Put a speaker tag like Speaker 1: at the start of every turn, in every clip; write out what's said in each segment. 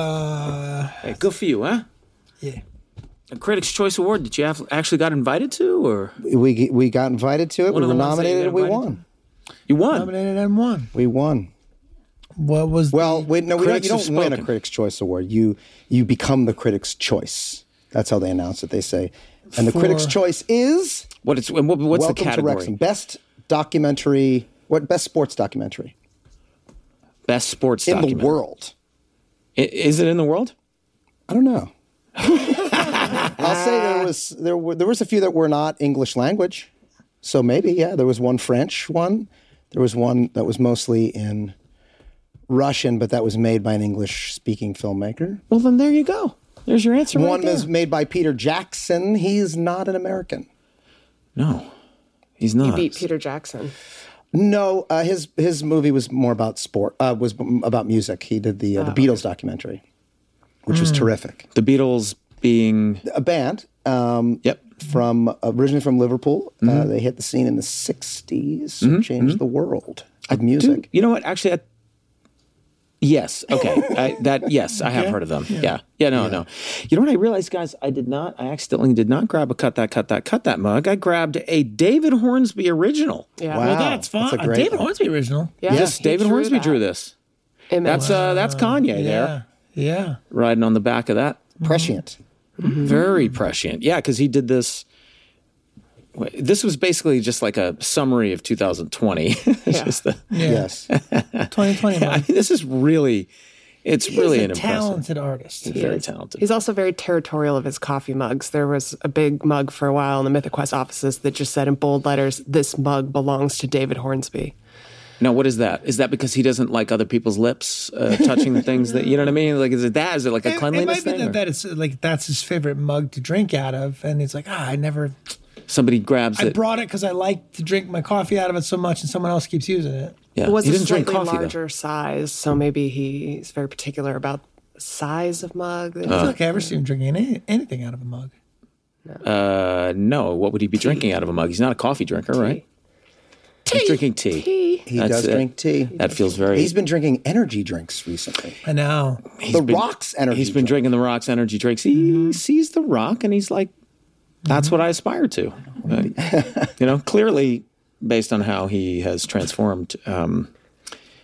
Speaker 1: Uh,
Speaker 2: Hey, good for you, huh?
Speaker 1: yeah.
Speaker 2: A Critics' Choice Award that you have actually got invited to, or
Speaker 3: We we got invited to it.
Speaker 2: One
Speaker 3: we
Speaker 2: of
Speaker 3: were
Speaker 2: the ones that you
Speaker 3: nominated.
Speaker 2: got
Speaker 3: We
Speaker 2: invited
Speaker 3: won.
Speaker 2: you won?
Speaker 1: Nominated and won.
Speaker 3: We won.
Speaker 1: What was
Speaker 3: Well, wait, no, we don't,
Speaker 2: Critics
Speaker 3: you
Speaker 2: have
Speaker 3: don't win a
Speaker 2: spoken.
Speaker 3: Critics' Choice Award. You you become the Critics' Choice. That's how they announce it. They say, and the Critics'
Speaker 1: For-
Speaker 3: Choice is
Speaker 2: What it's and what, what's
Speaker 3: Welcome
Speaker 2: the
Speaker 3: to
Speaker 2: category?
Speaker 3: Wrexham. Best documentary. What best sports documentary
Speaker 2: Best sports
Speaker 3: in
Speaker 2: documentary.
Speaker 3: the world?
Speaker 2: I- Is it in the world?
Speaker 3: I don't know. I'll say there was there were there was a few that were not English language, so maybe yeah there was one French one, there was one that was mostly in Russian, but that was made by an English speaking filmmaker.
Speaker 2: Well, then there you go. There's your answer. right
Speaker 3: one
Speaker 2: there.
Speaker 3: was made by Peter Jackson. He's not an American.
Speaker 2: no, he's not.
Speaker 4: Beat Peter Jackson.
Speaker 3: No, uh, his his movie was more about sport. Uh, was m- about music. He did the uh,
Speaker 2: Oh,
Speaker 3: the Beatles documentary, which
Speaker 2: Hmm.
Speaker 3: was terrific.
Speaker 2: the Beatles being
Speaker 3: A band um,
Speaker 2: yep.
Speaker 3: from originally from Liverpool. Uh,
Speaker 2: Mm-hmm.
Speaker 3: they hit the scene in the '60s, changed the world of music.
Speaker 2: Dude, you know what? Actually, I, yes. Okay, I, that yes, I have heard of them. Yeah, yeah. no, no. You know what? I realized, guys, I did not. I accidentally did not grab a cut that cut that cut that mug. I grabbed a David Hornsby original.
Speaker 4: Yeah.
Speaker 3: Wow.
Speaker 1: Well, that's fun.
Speaker 3: That's a
Speaker 1: Uh,
Speaker 3: great
Speaker 1: David
Speaker 3: one.
Speaker 1: Hornsby original.
Speaker 4: Yeah.
Speaker 2: Yes,
Speaker 4: he
Speaker 2: David Hornsby
Speaker 4: that.
Speaker 2: drew this.
Speaker 4: And it
Speaker 2: That's
Speaker 4: was-
Speaker 2: uh, that's Kanye there
Speaker 1: Yeah.
Speaker 2: riding on the back of that.
Speaker 3: Prescient.
Speaker 2: Very prescient. Yeah, because he did this. This was basically just like a summary of 2020. It's just the,
Speaker 1: Yeah.
Speaker 3: Yes,
Speaker 1: 2020.
Speaker 2: I mean, this is really, it's really
Speaker 1: He's
Speaker 2: an
Speaker 1: a
Speaker 2: impressive,
Speaker 1: talented artist.
Speaker 2: very talented.
Speaker 4: He's also very territorial of his coffee mugs. There was a big mug for a while in the Mythic Quest offices that just said in bold letters, "This mug belongs to David Hornsby."
Speaker 2: Now, what is that? Is that because he doesn't like other people's lips uh, touching the things that you know what I mean? Like, is it that? Is it like a
Speaker 1: It- it
Speaker 2: cleanliness
Speaker 1: might be
Speaker 2: thing?
Speaker 1: that,
Speaker 2: or
Speaker 1: that it's like that's his favorite mug to drink out of, and it's like ah, I never.
Speaker 2: somebody grabs
Speaker 1: I
Speaker 2: it.
Speaker 1: brought it because I like to drink my coffee out of it so much, and someone else keeps using it.
Speaker 2: yeah.
Speaker 4: It was
Speaker 2: he
Speaker 4: a
Speaker 2: doesn't
Speaker 4: slightly
Speaker 2: drink coffee
Speaker 4: larger size, so maybe he's very particular about the size of mug. that he-
Speaker 3: Uh.
Speaker 2: Uh,
Speaker 1: I feel like I ever seen him drinking any, anything out of a mug.
Speaker 2: though. Uh, no, what would he be drinking out of a mug? He's not a coffee drinker, right? He's drinking tea.
Speaker 4: Tea.
Speaker 3: he
Speaker 2: That's
Speaker 3: does
Speaker 2: it.
Speaker 3: drink tea.
Speaker 2: That feels very.
Speaker 3: He's been drinking energy drinks recently.
Speaker 1: I know.
Speaker 3: the
Speaker 2: been-
Speaker 3: Rocks energy.
Speaker 2: He's been
Speaker 3: drink.
Speaker 2: drinking the Rock's energy drinks. He sees the Rock and he's like, that's what I aspire to. Uh, you know, clearly, based on how he has transformed, um,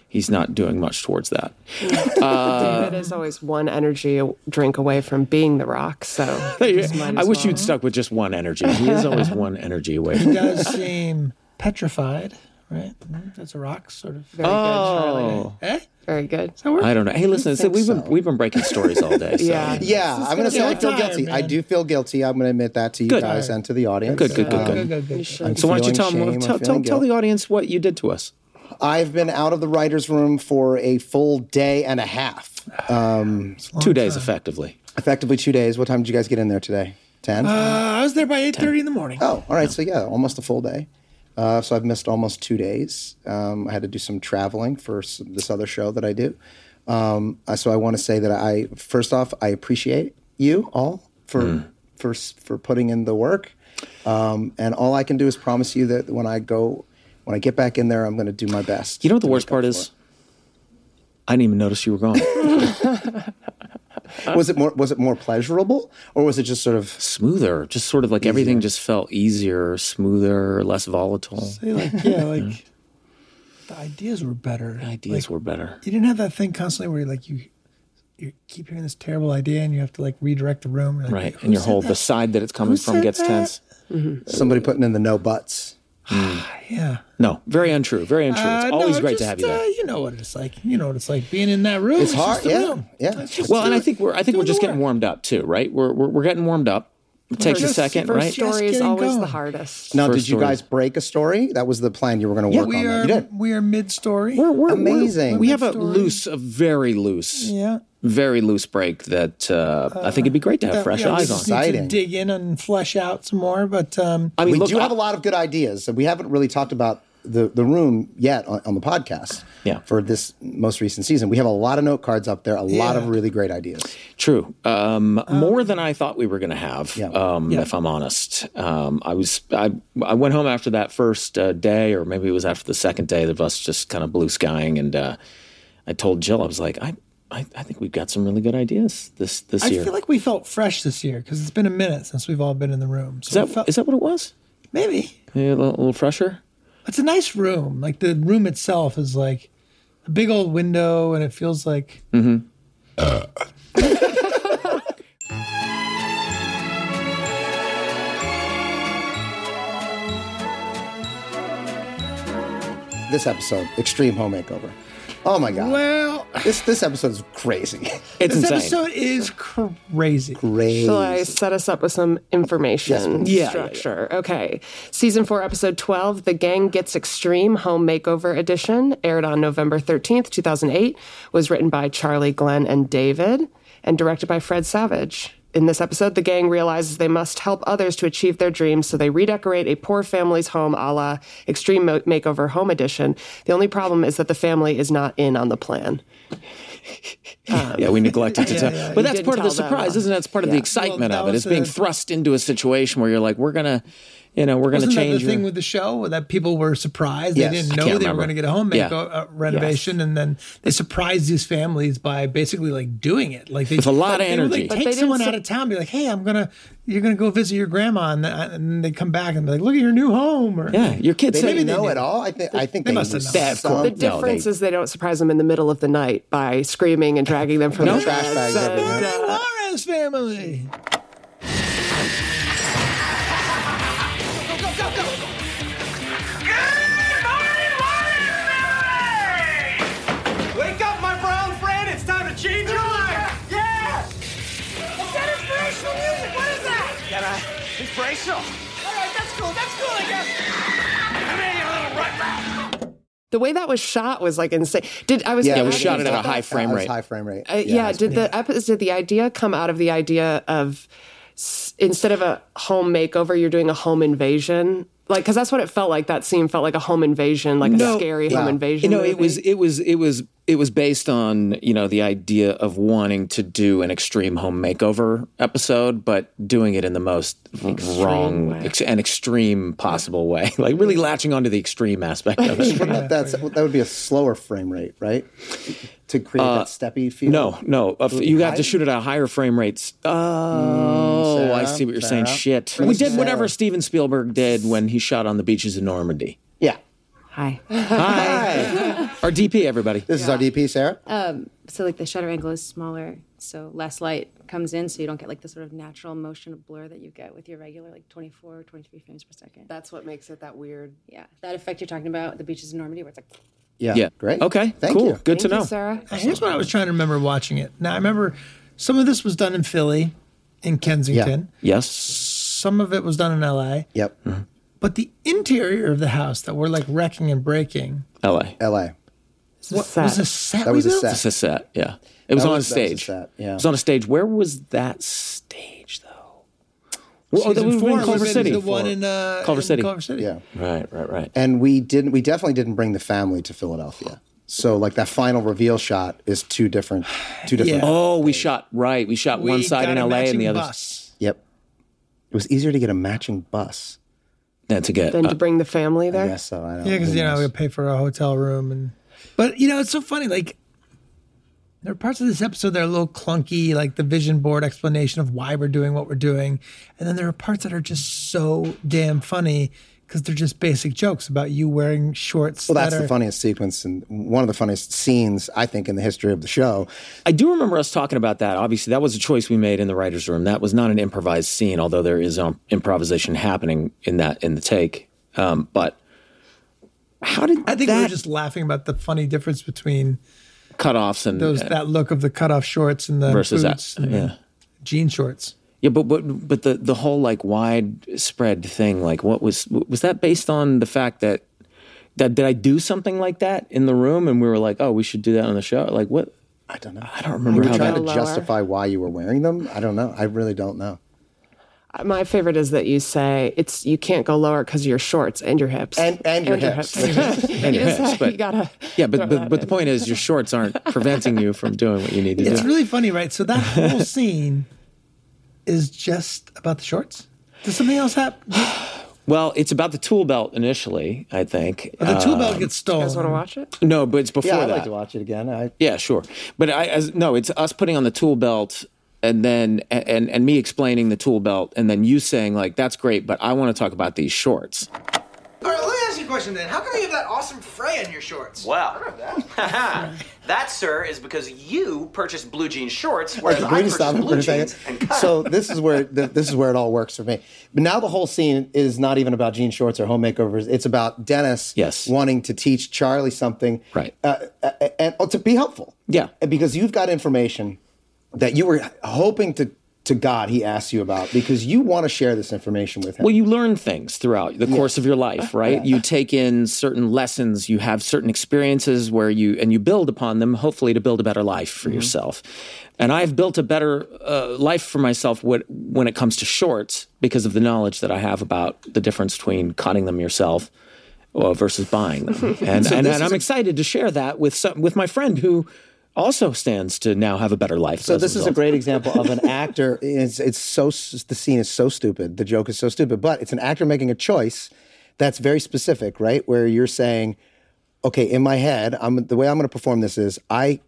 Speaker 2: he's not doing much towards that. Uh,
Speaker 4: David is always one energy drink away from being the rock. So
Speaker 2: I wish you'd stuck with just one energy. He is always one energy away.
Speaker 1: He
Speaker 2: From
Speaker 1: does seem petrified, right? Mm, That's a rock, sort of.
Speaker 4: Very good, Charlie.
Speaker 2: Oh.
Speaker 1: Eh?
Speaker 4: Very good.
Speaker 2: I don't know. Hey, listen, so we've been we've been breaking stories all day. So.
Speaker 4: Yeah.
Speaker 3: Yeah, I'm gonna
Speaker 1: be
Speaker 3: say
Speaker 1: a
Speaker 3: I feel
Speaker 1: tire,
Speaker 3: guilty. I
Speaker 1: man.
Speaker 3: do feel guilty. I'm gonna admit that to you
Speaker 2: Good.
Speaker 3: guys and to the audience.
Speaker 2: Good, good, good,
Speaker 3: Um,
Speaker 2: good.
Speaker 1: Go, go, go, go.
Speaker 4: should.
Speaker 2: So why don't you
Speaker 3: Feeling
Speaker 2: tell
Speaker 3: shame,
Speaker 2: them?
Speaker 3: I'm
Speaker 2: Tell, tell,
Speaker 3: feeling
Speaker 2: tell the
Speaker 3: guilt.
Speaker 2: audience what you did to us.
Speaker 3: I've been out of the writer's room for a full day and a half, um,
Speaker 2: Two days, effectively.
Speaker 3: effectively two days. What time did you guys get in there today? 10?
Speaker 1: Uh, I was there by eight thirty in the morning.
Speaker 3: oh, all right. So, yeah, almost a full day. Uh, so, I've missed almost two days. Um, I had to do some traveling for s this other show that I do. Um, uh, so, I want to say that I, first off, I appreciate you all for,
Speaker 2: Hmm.
Speaker 3: for, s- for putting in the work. Um, and all I can do is promise you that when I go, when I get back in there, I'm going to do my best.
Speaker 2: You know what the worst part is? I didn't even notice you were gone.
Speaker 3: was it more was it more pleasurable or was it just sort of
Speaker 2: smoother. Just sort of like everything just felt easier, smoother, less volatile.
Speaker 1: They, like yeah, like the ideas were better.
Speaker 2: Ideas
Speaker 1: Like,
Speaker 2: were better.
Speaker 1: you didn't have that thing constantly where like you you keep hearing this terrible idea and you have to like redirect the room You're like,
Speaker 2: Right.
Speaker 1: "Who
Speaker 2: And your
Speaker 1: said
Speaker 2: whole
Speaker 1: that?"
Speaker 2: the side that it's coming from
Speaker 1: said
Speaker 2: gets
Speaker 1: that?
Speaker 2: tense.
Speaker 3: somebody putting in the no buts?
Speaker 1: yeah
Speaker 2: No, very untrue. Very untrue.
Speaker 1: Uh,
Speaker 2: it's
Speaker 1: no,
Speaker 2: always great to
Speaker 1: just,
Speaker 2: have you there.
Speaker 1: uh, you know what it's like you know what it's like being in that room
Speaker 3: It's hard,
Speaker 1: just the
Speaker 3: yeah,
Speaker 1: room.
Speaker 3: yeah.
Speaker 1: It's just
Speaker 2: well, and
Speaker 1: do
Speaker 2: I
Speaker 1: it.
Speaker 2: think we're I think
Speaker 1: Do
Speaker 2: we're
Speaker 1: the
Speaker 2: just getting
Speaker 1: work.
Speaker 2: warmed up too, right? We're we're, we're getting warmed up. It takes a
Speaker 1: Just
Speaker 2: second,
Speaker 4: First
Speaker 2: right?
Speaker 4: story is
Speaker 1: getting
Speaker 4: always the
Speaker 1: going.
Speaker 4: hardest.
Speaker 3: Now,
Speaker 2: First
Speaker 3: did you
Speaker 2: story.
Speaker 3: guys break a story? That was the plan you were going to work on.
Speaker 1: we
Speaker 3: that.
Speaker 1: are
Speaker 3: You did.
Speaker 1: we are mid story
Speaker 2: We're, we're, we're-
Speaker 3: Amazing.
Speaker 2: we have a loose, a very loose,
Speaker 1: yeah
Speaker 2: very loose break that uh, I think it'd be great to have
Speaker 1: Yeah,
Speaker 2: fresh
Speaker 1: yeah, we
Speaker 2: eyes
Speaker 1: just
Speaker 2: on.
Speaker 1: need to
Speaker 3: Exciting.
Speaker 1: dig in and flesh out some more but um
Speaker 2: I mean,
Speaker 3: We
Speaker 2: look,
Speaker 3: do have
Speaker 2: I-
Speaker 3: a lot of good ideas, and we haven't really talked about the, the room yet on, on the podcast.
Speaker 2: Yeah.
Speaker 3: For this most recent season, we have a lot of note cards up there, a lot of
Speaker 1: Yeah.
Speaker 3: really great ideas.
Speaker 2: True. Um, more than I thought we were going to have, um,
Speaker 1: Yeah.
Speaker 2: if I'm honest. Um, I was I, I went home after that first uh, day, or maybe it was after the second day of us just kind of blue skying, and uh, I told Jill I was like I I, I think we've got some really good ideas this this
Speaker 1: I
Speaker 2: year.
Speaker 1: feel like we felt fresh this year because it's been a minute since we've all been in the room. So
Speaker 2: is that
Speaker 1: it felt,
Speaker 2: is that what it was?
Speaker 1: maybe
Speaker 2: Maybe a little, a little fresher.
Speaker 1: it's a nice room. Like the room itself is like a big old window, and it feels like
Speaker 2: Hmm.
Speaker 3: This episode, Extreme Home Makeover. Oh my God.
Speaker 1: well.
Speaker 3: this this episode is crazy.
Speaker 2: It's
Speaker 1: This
Speaker 2: insane.
Speaker 1: episode is crazy.
Speaker 3: crazy.
Speaker 4: Shall I set us up with some information
Speaker 2: Yeah, yeah, yeah.
Speaker 4: structure? Okay. Season 4, Episode 12, The Gang Gets Extreme Home Makeover Edition, aired on November 13th, 2008, was written by Charlie Glenn and David, and directed by Fred Savage. In this episode, the gang realizes they must help others to achieve their dreams, so they redecorate a poor family's home a la Extreme Mo- Makeover Home Edition. The only problem is that the family is not in on the plan.
Speaker 2: yeah, we neglected to tell.
Speaker 1: yeah,
Speaker 2: but
Speaker 1: you
Speaker 2: that's
Speaker 4: didn't
Speaker 2: part of the
Speaker 4: tell them.
Speaker 2: surprise, isn't it? That's part of the excitement
Speaker 1: that
Speaker 2: of it.
Speaker 1: was
Speaker 2: It's being
Speaker 1: the-
Speaker 2: thrust into a situation where you're like, we're gonna, you know, we're gonna
Speaker 1: Wasn't that
Speaker 2: change.
Speaker 1: the thing
Speaker 2: your-
Speaker 1: with the show that people were surprised?
Speaker 3: Yes.
Speaker 1: They
Speaker 3: I
Speaker 1: didn't know they
Speaker 2: can't
Speaker 1: were
Speaker 2: remember.
Speaker 1: going to get a home
Speaker 2: Yeah.
Speaker 1: makeover uh, renovation, and then they surprised these families by basically like doing it, like they, with
Speaker 2: a lot of energy.
Speaker 1: Would,
Speaker 2: But
Speaker 1: like,
Speaker 4: they
Speaker 1: take
Speaker 4: didn't
Speaker 1: someone
Speaker 4: say-
Speaker 1: out of town, be like, "Hey, I'm gonna, you're gonna go visit your grandma," and, th- and they come back and be like, "Look at your new home." Or,
Speaker 2: yeah, your kids
Speaker 3: They
Speaker 2: say
Speaker 3: didn't know at all. I think I think they,
Speaker 1: must have
Speaker 3: knew
Speaker 1: known.
Speaker 2: Yeah, of
Speaker 3: some-
Speaker 2: course.
Speaker 4: The
Speaker 2: No, they-
Speaker 4: difference is they don't surprise them in the middle of the night by screaming and dragging them from
Speaker 2: No.
Speaker 4: the
Speaker 3: Trash bags everywhere.
Speaker 1: The Alvarez family.
Speaker 5: Good morning, Waterbury! Wake up, my brown friend. It's time to change your life. Yeah. Is that inspirational music? What is that? Yeah, man. Inspirational. All right, that's cool. That's cool, I guess. Come here, you little rut rat.
Speaker 4: The way that was shot was like insane. Did I was
Speaker 3: Yeah, it
Speaker 2: It was
Speaker 3: I
Speaker 2: shot
Speaker 3: didn't
Speaker 2: at a
Speaker 3: know
Speaker 2: high frame
Speaker 3: Uh,
Speaker 2: rate.
Speaker 3: High frame rate.
Speaker 4: Uh, yeah, did the episode did the idea come out of the idea of s- instead of a home makeover, you're doing a home invasion? Like, because that's what it felt like. That scene felt like a home invasion, like a
Speaker 2: No.
Speaker 4: scary
Speaker 3: Yeah.
Speaker 4: home invasion.
Speaker 2: You know, it
Speaker 4: movie.
Speaker 2: was it was it was it was based on you know the idea of wanting to do an extreme home makeover episode, but doing it in the most wrong
Speaker 4: way.
Speaker 2: ex- and extreme possible way, like really latching onto the extreme aspect of it.
Speaker 3: What about that's that would be a slower frame rate, right? To create that steppy feel.
Speaker 2: Uh, No, no, a f- you have to shoot it at a higher frame rates. Oh,
Speaker 3: Sarah,
Speaker 2: I see what you're saying.
Speaker 3: Sarah.
Speaker 2: Shit,
Speaker 3: Please,
Speaker 2: we did whatever
Speaker 3: Sarah.
Speaker 2: Steven Spielberg did when he shot on the beaches of Normandy.
Speaker 3: Yeah.
Speaker 6: Hi.
Speaker 2: Hi, our DP, everybody.
Speaker 3: This is our DP, Sarah.
Speaker 6: so like the shutter angle is smaller, so less light comes in, so you don't get like the sort of natural motion of blur that you get with your regular like 24 or 23 frames per second.
Speaker 4: That's what makes it that weird.
Speaker 6: yeah, that effect you're talking about, the beaches in Normandy, where it's like
Speaker 3: yeah.
Speaker 2: Yeah,
Speaker 3: Great.
Speaker 2: Okay,
Speaker 3: Thank
Speaker 2: cool.
Speaker 3: you.
Speaker 2: Good to
Speaker 6: Thank you,
Speaker 2: know.
Speaker 6: Sarah.
Speaker 1: Now, here's what I was trying to remember watching it. Now I remember some of this was done in Philly, in Kensington.
Speaker 2: Yes,
Speaker 1: Some of it was done in L.A.
Speaker 3: Yep.
Speaker 2: Mm-hmm.
Speaker 1: But the interior of the house that we're like wrecking and breaking
Speaker 2: L.A.
Speaker 3: LA.
Speaker 1: what,
Speaker 4: set.
Speaker 1: was a set.
Speaker 3: That
Speaker 1: we
Speaker 3: was a
Speaker 1: built?
Speaker 3: set.
Speaker 2: It's a set, yeah. It was
Speaker 3: That
Speaker 2: on
Speaker 3: was-
Speaker 2: a
Speaker 3: that was a
Speaker 2: stage.
Speaker 3: set, yeah.
Speaker 2: It was on a stage. Where was that stage though? Well, oh, that
Speaker 1: Season
Speaker 2: was
Speaker 1: four
Speaker 2: in Culver
Speaker 1: would've been
Speaker 2: City.
Speaker 1: The one in uh,
Speaker 2: Culver
Speaker 1: in
Speaker 2: City.
Speaker 1: Culver City.
Speaker 3: Yeah.
Speaker 2: Right, right, right.
Speaker 3: And we didn't. We definitely didn't bring the family to Philadelphia. So like that final reveal shot is two different. Two different.
Speaker 1: Yeah.
Speaker 2: Oh, we shot right. We shot one
Speaker 1: We
Speaker 2: side
Speaker 1: got
Speaker 2: in
Speaker 1: a
Speaker 2: L.A. and
Speaker 1: matching
Speaker 2: the other.
Speaker 1: Bus.
Speaker 3: Yep. It was easier to get a matching bus.
Speaker 2: That's a good.
Speaker 4: Then
Speaker 2: uh,
Speaker 4: to bring the family there.
Speaker 3: Yes. So I don't.
Speaker 1: Yeah, because
Speaker 3: who
Speaker 1: you know
Speaker 3: knows?
Speaker 1: we pay for a hotel room and, but you know it's so funny. Like there are parts of this episode that are a little clunky, like the vision board explanation of why we're doing what we're doing, and then there are parts that are just so damn funny because they're just basic jokes about you wearing shorts.
Speaker 3: Well, that's
Speaker 1: that are,
Speaker 3: the funniest sequence and one of the funniest scenes I think in the history of the show.
Speaker 2: I do remember us talking about that. Obviously, that was a choice we made in the writers' room. That was not an improvised scene, although there is um, improvisation happening in that in the take. Um, but how did
Speaker 1: I think we
Speaker 2: that
Speaker 1: were just laughing about the funny difference between
Speaker 2: cutoffs and
Speaker 1: those that look of the cutoff shorts and the
Speaker 2: versus
Speaker 1: boots
Speaker 2: that?
Speaker 1: and the
Speaker 2: Yeah.
Speaker 1: jean shorts.
Speaker 2: Yeah, but but but the the whole like widespread thing, like what was was that based on the fact that that did I do something like that in the room, and we were like, oh, we should do that on the show. Like what?
Speaker 3: I don't know.
Speaker 2: I don't remember how
Speaker 3: trying
Speaker 2: that.
Speaker 3: to
Speaker 4: Go lower.
Speaker 3: justify why you were wearing them. I don't know. I really don't know.
Speaker 4: My favorite is that you say it's you can't go lower because your shorts and your hips
Speaker 3: And and your hips.
Speaker 2: and your
Speaker 4: You just-
Speaker 2: hips, but
Speaker 4: you gotta
Speaker 2: yeah, but
Speaker 4: throw
Speaker 2: but,
Speaker 4: that
Speaker 2: but the
Speaker 4: in.
Speaker 2: point is, your shorts aren't preventing you from doing what you need to
Speaker 1: It's
Speaker 2: do.
Speaker 1: really funny, right? So that whole
Speaker 2: Uh,
Speaker 1: scene is just about the shorts. Does something else happen?
Speaker 2: Well, it's about the tool belt initially, I think.
Speaker 3: Oh,
Speaker 1: But the tool
Speaker 2: Uh,
Speaker 1: belt gets
Speaker 4: You
Speaker 1: stolen.
Speaker 4: guys want to watch it?
Speaker 2: no, but it's before
Speaker 3: Yeah, I'd
Speaker 2: that.
Speaker 3: like to watch it again. I,
Speaker 2: Yeah, sure. But I as no, it's us putting on the tool belt and then and and me explaining the tool belt and then you saying like that's great, but I want to talk about these shorts.
Speaker 7: All right, let me ask you a question then. How come you have that awesome fray on your shorts?
Speaker 8: Well, that, sir, is because you purchased blue jean shorts,
Speaker 3: Like,
Speaker 8: whereas I
Speaker 3: can we just
Speaker 8: purchased
Speaker 3: stop him for
Speaker 8: blue
Speaker 3: a
Speaker 8: jeans
Speaker 3: second?
Speaker 8: and cut
Speaker 3: So this is where th- this is where it all works for me. But now the whole scene is not even about jean shorts or home makeovers. It's about Dennis
Speaker 2: Yes.
Speaker 3: wanting to teach Charlie something,
Speaker 2: Right.
Speaker 3: Uh, uh, and oh, to be helpful,
Speaker 2: Yeah.
Speaker 3: And because you've got information that you were hoping to to God he asked you about because you want to share this information with him.
Speaker 2: Well, you learn things throughout the course of your life,
Speaker 3: Uh-huh.
Speaker 2: right? You take in certain lessons, you have certain experiences where you and you build upon them, hopefully to build a better life
Speaker 3: Mm-hmm.
Speaker 2: for yourself. And I've built a better uh, life for myself when, when it comes to shorts because of the knowledge that I have about the difference between cutting them yourself uh, versus buying them. And and, and I'm excited to share that with some, with my friend who also stands to now have a better life.
Speaker 3: So this is a great example of an actor. It's it's so s- the scene is so stupid. The joke is so stupid, but it's an actor making a choice that's very specific, right? Where you're saying, okay, in my head, I'm the way I'm going to perform this is I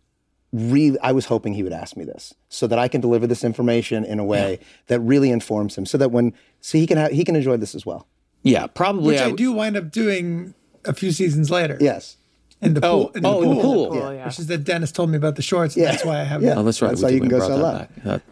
Speaker 3: really I was hoping he would ask me this so that I can deliver this information in a way that really informs him, so that when so he can ha- he can enjoy this as well.
Speaker 2: yeah, probably
Speaker 1: which I
Speaker 2: w-
Speaker 1: do wind up doing a few seasons later.
Speaker 3: Yes.
Speaker 1: In the
Speaker 2: Oh,
Speaker 1: pool. in the
Speaker 2: oh, in the
Speaker 1: pool.
Speaker 2: pool.
Speaker 4: Yeah.
Speaker 1: Which is that Dennis told me about the shorts. and
Speaker 3: Yeah.
Speaker 1: That's why I have
Speaker 3: Yeah.
Speaker 1: them.
Speaker 2: Oh, that's right.
Speaker 3: That's
Speaker 2: we
Speaker 3: how
Speaker 2: did-
Speaker 3: you can
Speaker 2: we
Speaker 3: go so
Speaker 2: brought
Speaker 3: low.
Speaker 2: that back. That-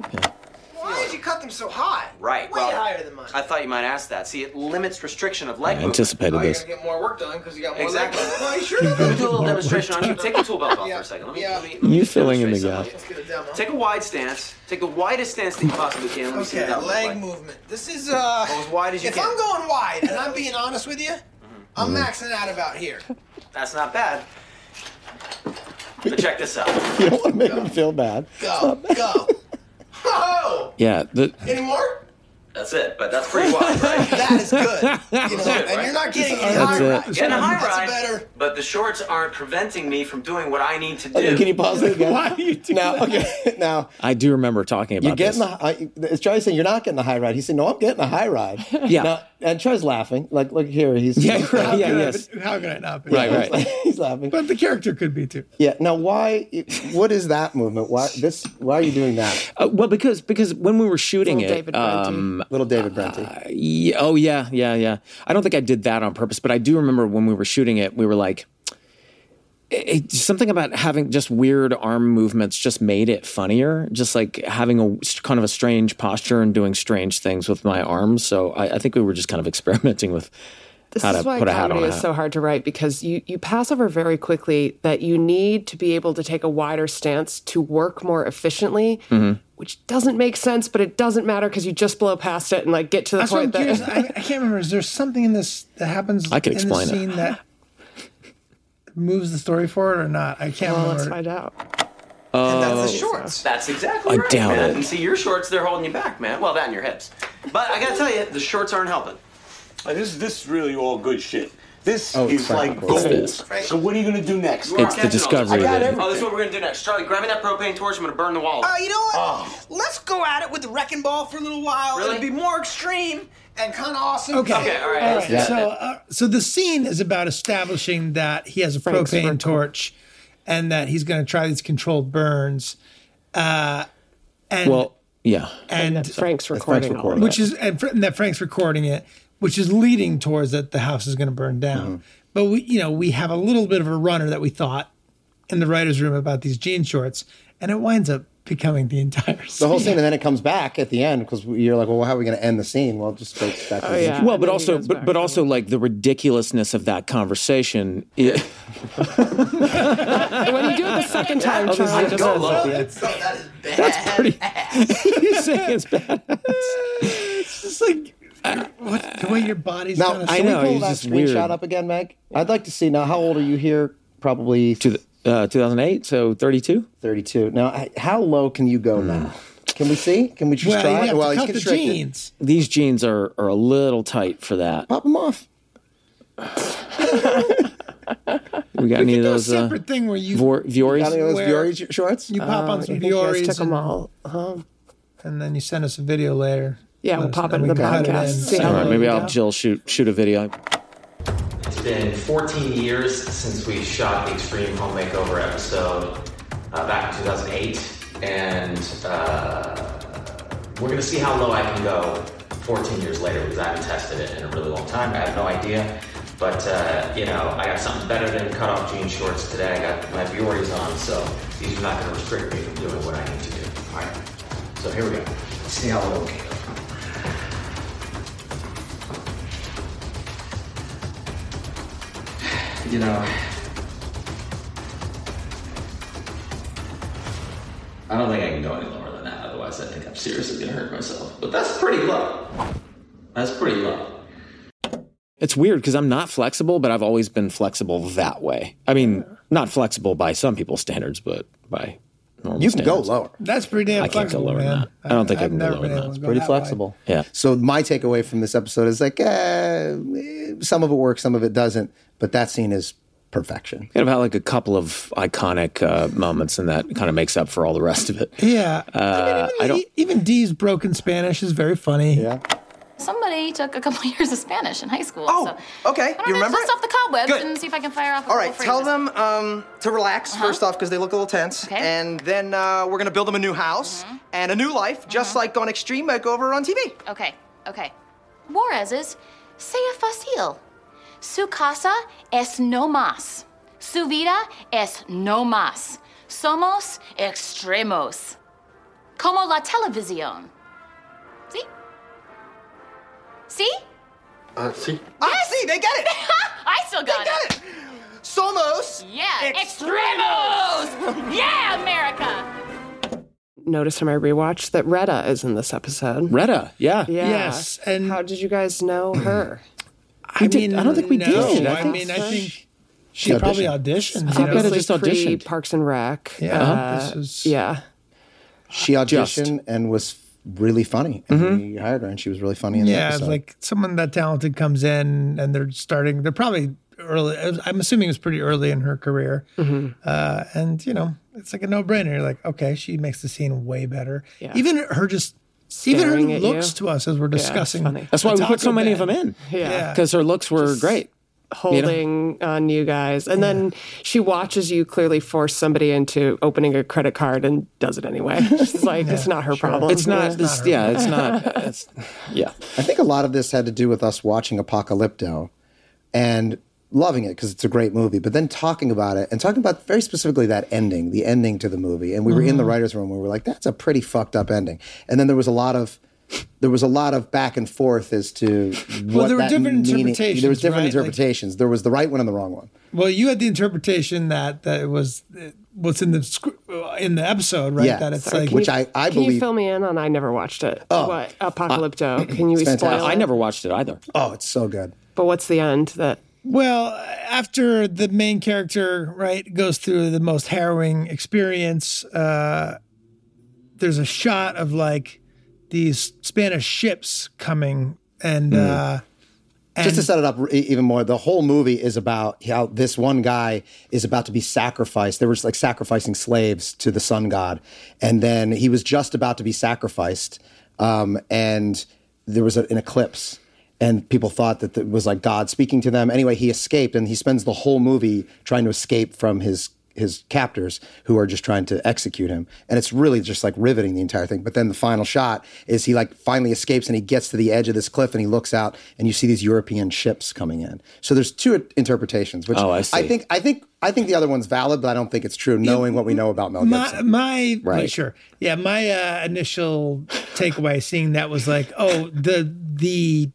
Speaker 2: yeah.
Speaker 7: Why did you cut them so high?
Speaker 8: Right.
Speaker 7: Way
Speaker 8: well,
Speaker 7: higher than mine.
Speaker 8: I thought you might ask that. See, it limits restriction of leg
Speaker 2: I
Speaker 8: movement.
Speaker 2: anticipated
Speaker 7: oh, you're
Speaker 2: this.
Speaker 7: gonna get more work done because you got more
Speaker 8: Exactly.
Speaker 7: leg room. Well, you sure
Speaker 8: Let me
Speaker 7: do.
Speaker 8: do a little demonstration on you. Take the tool belt off for a second. Let me.
Speaker 7: Yeah.
Speaker 8: Let me, let me
Speaker 2: You filling in the
Speaker 8: demonstrate
Speaker 2: gap.
Speaker 7: Let's
Speaker 8: something.
Speaker 7: get a demo.
Speaker 8: Take a wide stance. Take the widest stance that you possibly can. Let me see what
Speaker 7: Okay,
Speaker 8: that looks
Speaker 7: leg
Speaker 8: like.
Speaker 7: movement. This is uh.
Speaker 8: Go as wide as you
Speaker 7: if
Speaker 8: can. Mm-hmm.
Speaker 7: I'm going wide, and I'm being honest with you, I'm maxing out about here.
Speaker 8: That's not bad. But check this out.
Speaker 3: You don't want to make him feel bad.
Speaker 7: Go, go. Oh,
Speaker 2: Yeah, the,
Speaker 7: any more?
Speaker 8: That's it. But that's pretty wide, right?
Speaker 7: That is good. You know,
Speaker 8: good,
Speaker 7: and
Speaker 8: right?
Speaker 7: you're not getting any
Speaker 2: That's
Speaker 7: high
Speaker 2: it.
Speaker 7: rise.
Speaker 8: Getting a high
Speaker 7: That's
Speaker 8: ride,
Speaker 7: better.
Speaker 8: but the shorts aren't preventing me from doing what I need to do.
Speaker 3: Okay, Oh, can you pause it again?
Speaker 1: Why do you do
Speaker 3: now,
Speaker 1: that?
Speaker 3: okay, now
Speaker 2: I do remember talking about
Speaker 3: You're getting
Speaker 2: this.
Speaker 3: the. I, it's Charlie's saying you're not getting a high ride. He said, "No, I'm getting a high ride."
Speaker 2: Yeah.
Speaker 3: Now, and Charlie's laughing. Like, look here. He's
Speaker 2: yeah, right, yeah,
Speaker 1: How could I-
Speaker 2: yes,
Speaker 1: How could I not be?
Speaker 2: right, right.
Speaker 3: he's laughing.
Speaker 1: But the character could be too.
Speaker 3: yeah. Now, why? What is that movement? Why this? Why are you doing that,
Speaker 2: Uh, well, because because when we were shooting
Speaker 4: Little
Speaker 2: it,
Speaker 4: David Brenty.
Speaker 2: um,
Speaker 3: little David Brenty?
Speaker 2: yeah, oh yeah, yeah, yeah. I don't think I did that on purpose, but I do remember when we were shooting it, we were like, it, it's something about having just weird arm movements just made it funnier. Just like having a kind of a strange posture and doing strange things with my arms. So I, I think we were just kind of experimenting with
Speaker 4: This
Speaker 2: how
Speaker 4: is
Speaker 2: to
Speaker 4: why
Speaker 2: put a hat on
Speaker 4: comedy
Speaker 2: a
Speaker 4: is
Speaker 2: hat.
Speaker 4: so hard to write because you, you pass over very quickly that you need to be able to take a wider stance to work more efficiently,
Speaker 2: Mm-hmm.
Speaker 4: which doesn't make sense, but it doesn't matter because you just blow past it and like get to the
Speaker 1: That's what I'm
Speaker 4: point
Speaker 1: curious.
Speaker 4: that
Speaker 1: I, I can't remember. Is there something in this that happens
Speaker 2: I could
Speaker 1: in
Speaker 2: explain
Speaker 1: this
Speaker 2: it.
Speaker 1: scene that moves the story forward or not? I can't
Speaker 4: well, let's
Speaker 1: remember.
Speaker 4: find out.
Speaker 7: and
Speaker 8: Oh.
Speaker 7: that's the shorts.
Speaker 8: That's exactly
Speaker 2: I
Speaker 8: right,
Speaker 2: doubt
Speaker 8: man.
Speaker 2: it.
Speaker 8: And see, your shorts, they're holding you back, man. Well, that and your hips. But I gotta tell you, the shorts aren't helping.
Speaker 9: Like, this this is really all good shit. This
Speaker 3: Oh,
Speaker 9: is
Speaker 3: sorry.
Speaker 9: like
Speaker 3: What's
Speaker 9: gold. So what are you gonna do next?
Speaker 8: You are
Speaker 2: It's the
Speaker 8: catching all this.
Speaker 2: discovery
Speaker 9: I got that-
Speaker 8: Oh, this is what we're gonna do next. Charlie, grab me that propane torch. I'm gonna burn the wall.
Speaker 7: Uh, you know what? Let's go at it with the wrecking ball for a little while.
Speaker 8: Oh. Really?
Speaker 7: It'll be more extreme and kind of awesome.
Speaker 1: Okay.
Speaker 8: Okay, all right.
Speaker 1: All
Speaker 8: let's
Speaker 1: right.
Speaker 8: do that
Speaker 1: So,
Speaker 8: then.
Speaker 1: uh, so the scene is about establishing that he has a
Speaker 4: Frank's
Speaker 1: propane
Speaker 4: Sprinkle.
Speaker 1: torch, and that he's going to try these controlled burns. Uh, and
Speaker 2: Well, yeah.
Speaker 1: and
Speaker 4: Frank's recording. all of
Speaker 3: recording.
Speaker 4: it.
Speaker 1: which is and, Fr- and that Frank's recording it, which is leading towards that the house is going to burn down. But we, you know, we have a little bit of a runner that we thought in the writers' room about these jean shorts, and it winds up becoming the entire
Speaker 3: The
Speaker 1: scene.
Speaker 3: whole scene, and then it comes back at the end because you're like, "Well, how are we going to end the scene?" Well, just go back. to
Speaker 4: Oh,
Speaker 3: the
Speaker 4: yeah.
Speaker 2: well but
Speaker 4: and then he
Speaker 2: also
Speaker 4: goes
Speaker 2: but,
Speaker 4: back
Speaker 2: but
Speaker 4: to
Speaker 2: also like the ridiculousness of that conversation i-
Speaker 4: when you do it the second time,
Speaker 2: this
Speaker 4: Charlie
Speaker 2: is
Speaker 4: just
Speaker 2: gold.
Speaker 4: says,
Speaker 8: Hello?
Speaker 7: Oh, that is bad.
Speaker 2: that's pretty you say it's bad
Speaker 1: It's like what, the way your body's
Speaker 3: Now,
Speaker 1: kind
Speaker 3: I
Speaker 2: I
Speaker 3: know.
Speaker 2: know,
Speaker 3: Pull
Speaker 2: he's
Speaker 3: that
Speaker 2: just
Speaker 3: screenshot
Speaker 2: weird.
Speaker 3: up again, Meg. I'd like to see now. How old are you here? Probably
Speaker 2: to the, uh, 2008 so 32
Speaker 3: 32. Now, I- how low can you
Speaker 2: Hmm.
Speaker 3: go now? Can we see? Can we just
Speaker 1: Well,
Speaker 3: try?
Speaker 1: you have
Speaker 3: well,
Speaker 1: to
Speaker 3: he's
Speaker 1: cut the
Speaker 3: constricted.
Speaker 1: jeans.
Speaker 2: these jeans are are a little tight for that
Speaker 3: Pop him off.
Speaker 2: we got any of
Speaker 1: Do a
Speaker 2: those uh,
Speaker 1: separate thing where you
Speaker 2: Vor- Vioris?
Speaker 3: Got any of those
Speaker 1: Where-
Speaker 3: Vuori shorts?
Speaker 1: you pop on
Speaker 2: Oh,
Speaker 4: You
Speaker 1: some
Speaker 4: think you guys
Speaker 1: Vioris
Speaker 4: took them
Speaker 1: and,
Speaker 4: all home.
Speaker 1: and then you send us a video later.
Speaker 4: Yeah, we'll
Speaker 1: Nice.
Speaker 4: pop it
Speaker 1: And
Speaker 4: in
Speaker 1: we
Speaker 4: the
Speaker 1: cut it in.
Speaker 4: podcast. See how
Speaker 2: All right,
Speaker 4: long
Speaker 2: maybe
Speaker 4: we
Speaker 2: I'll
Speaker 4: go.
Speaker 2: Jill shoot shoot a video.
Speaker 10: It's been 14 years since we shot the Extreme Home Makeover episode uh, back in 2008, and uh, we're gonna see how low I can go 14 years later because I haven't tested it in a really long time. I have no idea, but uh, you know, I got something better than cut off jean shorts today. I got my Bioris on, so these are not gonna restrict me from doing what I need to do. All right, so here we go. Let's see how low I can go. you know, I don't think I can go any lower than that. Otherwise, I think I'm seriously gonna hurt myself. But that's pretty low. That's pretty low.
Speaker 2: It's weird because I'm not flexible, but I've always been flexible that way. I mean, not flexible by some people's standards, but by normal
Speaker 3: You can go
Speaker 2: standards.
Speaker 3: lower.
Speaker 1: That's pretty damn
Speaker 2: I can't go
Speaker 1: flexible,
Speaker 2: lower
Speaker 1: man.
Speaker 2: than that. I don't think I
Speaker 1: I've
Speaker 2: can go
Speaker 1: never
Speaker 2: lower
Speaker 1: been
Speaker 2: than that.
Speaker 1: able to
Speaker 2: It's
Speaker 1: go
Speaker 2: pretty
Speaker 1: that
Speaker 2: flexible. Yeah.
Speaker 3: So my takeaway from this episode is like, eh, eh, some of it works, some of it doesn't, but that scene is perfection.
Speaker 2: Kind of had like a couple of iconic uh, moments, and that kind of makes up for all the rest of it.
Speaker 1: Wide. Yeah.
Speaker 2: Uh, I
Speaker 1: I
Speaker 2: don't.
Speaker 1: mean, e-, even, even Dee's broken Spanish is very funny.
Speaker 3: Yeah.
Speaker 11: Somebody took a couple years of Spanish in high school.
Speaker 7: Oh,
Speaker 11: so
Speaker 7: okay.
Speaker 11: I'm
Speaker 7: You
Speaker 11: gonna
Speaker 7: remember
Speaker 11: dust
Speaker 7: it?
Speaker 11: off the cobwebs
Speaker 7: Good.
Speaker 11: and see if I can fire off. A
Speaker 7: All
Speaker 11: couple
Speaker 7: right, tell
Speaker 11: phrases.
Speaker 7: them um, to relax first off because they look a little tense,
Speaker 11: Uh-huh. Okay. Mm-hmm.
Speaker 7: and then uh, we're gonna build them a new house and a new life, just like on Extreme Makeover on TV.
Speaker 11: Okay, okay. Juarez is sea fácil. Su casa es no más. Su vida es no más. Somos extremos. Como la televisión. ¿Sí? ¿Sí?
Speaker 12: Uh, see?
Speaker 7: Ah, see, they get it.
Speaker 11: I still got it.
Speaker 7: Somos.
Speaker 11: Yeah, extremos. yeah, America.
Speaker 4: Notice in my rewatch that Retta is in this episode.
Speaker 2: Retta, yeah.
Speaker 4: Yeah.
Speaker 1: Yes, and-
Speaker 4: how did you guys know her?
Speaker 1: I
Speaker 2: did- I don't think we
Speaker 1: no,
Speaker 2: did. I
Speaker 1: I,
Speaker 2: think-
Speaker 1: mean, I think she
Speaker 3: She auditioned.
Speaker 1: probably auditioned.
Speaker 2: I think
Speaker 1: you know?
Speaker 2: Retta just
Speaker 4: pre
Speaker 2: auditioned.
Speaker 4: Parks and Rec.
Speaker 1: Yeah, Uh-huh.
Speaker 4: Uh,
Speaker 1: this is-
Speaker 4: yeah.
Speaker 3: She auditioned
Speaker 2: Just.
Speaker 3: and was really funny. And you hired her and she was really funny in the
Speaker 1: yeah, it's
Speaker 3: episode.
Speaker 1: like someone that talented comes in and they're starting. They're probably early. I'm assuming it was pretty early in her career, uh, and you know, it's like a no brainer. You're like, okay, she makes the scene way better.
Speaker 4: Yeah.
Speaker 1: Even her just, even
Speaker 4: Staring
Speaker 1: her
Speaker 4: at
Speaker 1: looks
Speaker 4: you.
Speaker 1: to us as we're discussing.
Speaker 4: funny.
Speaker 2: That's why
Speaker 1: the
Speaker 2: we put so
Speaker 1: Taco
Speaker 2: many
Speaker 1: Bell.
Speaker 2: of them in.
Speaker 4: Yeah.
Speaker 2: Because her looks were great.
Speaker 4: holding on you guys. And then she watches you clearly force somebody into opening a credit card and does it anyway. She's like, it's not her problem.
Speaker 2: It's not. It's, yeah. It's not. It's, yeah.
Speaker 3: I think a lot of this had to do with us watching Apocalypto and loving it because it's a great movie, but then talking about it and talking about very specifically that ending, the ending to the movie. And we were in
Speaker 1: Mm-hmm.
Speaker 3: the writer's room where we were like, that's a pretty fucked up ending. And then there was a lot of there was a lot of back and forth as to what
Speaker 1: there were
Speaker 3: that
Speaker 1: different
Speaker 3: meaning- There was
Speaker 1: interpretations,
Speaker 3: different
Speaker 1: right? Like-
Speaker 3: interpretations. there was the right one and the wrong one.
Speaker 1: Well, you had the interpretation that that it was it- what's in the script in the episode, right?
Speaker 3: Yeah.
Speaker 1: That it's
Speaker 3: Sorry,
Speaker 1: like
Speaker 3: can Which I- I
Speaker 4: can you
Speaker 3: believe-
Speaker 4: fill me in on? I never watched it. Oh, what Apocalypto? can you
Speaker 3: fantastic.
Speaker 4: spoil?
Speaker 2: I
Speaker 4: it?
Speaker 2: never watched it either.
Speaker 3: Oh, it's so good.
Speaker 4: But what's the end? That
Speaker 1: Well, after the main character, right, goes through the most harrowing experience, uh, there's a shot of like these Spanish ships coming
Speaker 3: Hmm.
Speaker 1: and uh
Speaker 3: just to set it up e- even more, the whole movie is about how this one guy is about to be sacrificed. They were just like sacrificing slaves to the sun god, and then he was just about to be sacrificed, um, and there was a, an eclipse, and people thought that it was like God speaking to them. Anyway, he escaped, and he spends the whole movie trying to escape from his his captors who are just trying to execute him and it's really just like riveting the entire thing but then the final shot is he like finally escapes and he gets to the edge of this cliff and he looks out and you see these european ships coming in so there's two interpretations which
Speaker 2: Oh, I see.
Speaker 3: think i think i think the other one's valid but i don't think it's true knowing what we know about mel
Speaker 1: my
Speaker 3: gibson
Speaker 1: my
Speaker 3: Right.
Speaker 1: sure yeah my uh, initial takeaway seeing that was like oh the the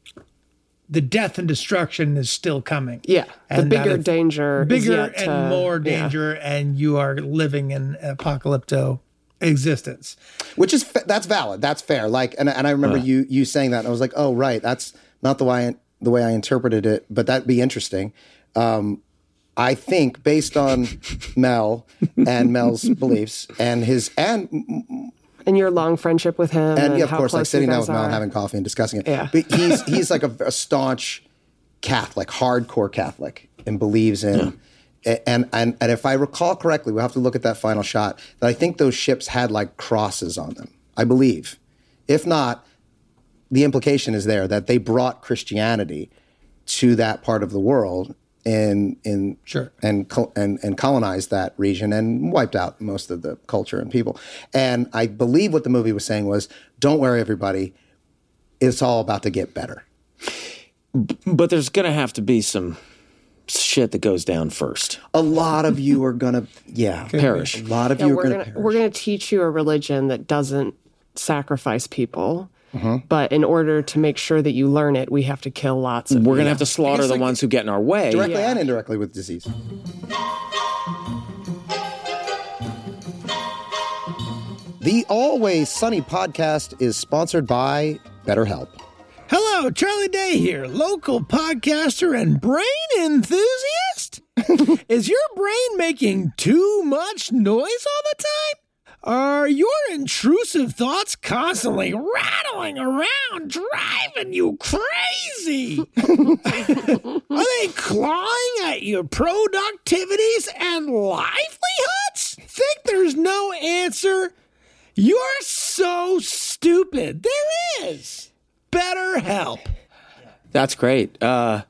Speaker 1: the death and destruction is still coming
Speaker 4: yeah, the
Speaker 1: And that
Speaker 4: bigger
Speaker 1: if-
Speaker 4: danger, is
Speaker 1: bigger
Speaker 4: yet
Speaker 1: and
Speaker 4: to-
Speaker 1: more
Speaker 4: yeah.
Speaker 1: danger and you are living in apocalypto existence
Speaker 3: which is fa- that's valid that's fair like and, and i remember you you saying that and i was like oh right that's not the way I, the way i interpreted it but that'd be interesting um I think based on Mel and Mel's beliefs and his and
Speaker 4: And your long friendship with him, and,
Speaker 3: and yeah, of
Speaker 4: how
Speaker 3: course, like
Speaker 4: close you
Speaker 3: sitting down
Speaker 4: guys
Speaker 3: with Mel
Speaker 4: are.
Speaker 3: and having coffee and discussing it.
Speaker 4: Yeah.
Speaker 3: But he's he's like a, a staunch Catholic, hardcore Catholic, and believes in. a- And, and and if I recall correctly, we'll have to look at that final shot. That I think those ships had like crosses on them. I believe. If not, the implication is there that they brought Christianity to that part of the world and in
Speaker 1: sure.
Speaker 3: and col- and and colonized that region and wiped out most of the culture and people. And I believe what the movie was saying was, don't worry, everybody, it's all about to get better.
Speaker 2: But there's going to have to be some shit that goes down first.
Speaker 3: A lot of you are going to, yeah,
Speaker 2: perish.
Speaker 3: A lot of
Speaker 4: Yeah,
Speaker 3: you
Speaker 4: we're
Speaker 3: are going
Speaker 4: gonna
Speaker 3: to perish.
Speaker 4: we're gonna teach you a religion that doesn't sacrifice people,
Speaker 2: Mhm.
Speaker 3: Mm-hmm.
Speaker 4: but in order to make sure that you learn it, we have to kill lots of.
Speaker 2: We're going
Speaker 4: people.
Speaker 2: to have to slaughter the ones who get in our way.
Speaker 4: Directly Yeah. and
Speaker 3: indirectly with disease. The Always Sunny podcast is sponsored by BetterHelp.
Speaker 1: Hello, Charlie Day here, local podcaster and brain enthusiast. Is your brain making too much noise all the time? Are your intrusive thoughts constantly rattling around, driving you crazy? Are they clawing at your productivities and livelihoods? Think there's no answer? You're so stupid. There is. Better help.
Speaker 2: That's great. Uh,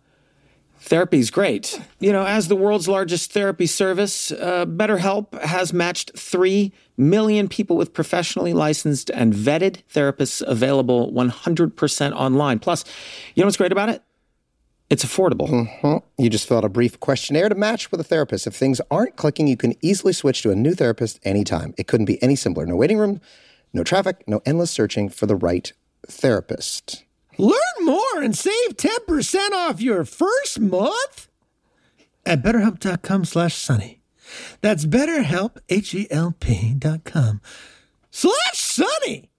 Speaker 2: therapy's great. You know, as the world's largest therapy service, uh, BetterHelp has matched 3 million people with professionally licensed and vetted therapists available 100% online. Plus, you know what's great about it? It's affordable.
Speaker 3: Mhm. You just fill out a brief questionnaire to match with a therapist. If things aren't clicking, you can easily switch to a new therapist anytime. It couldn't be any simpler. No waiting room, no traffic, no endless searching for the right therapist.
Speaker 1: Learn more and save 10% off your first month at betterhelp.com slash sunny. That's betterhelp, H-E-L-P dot com slash sunny.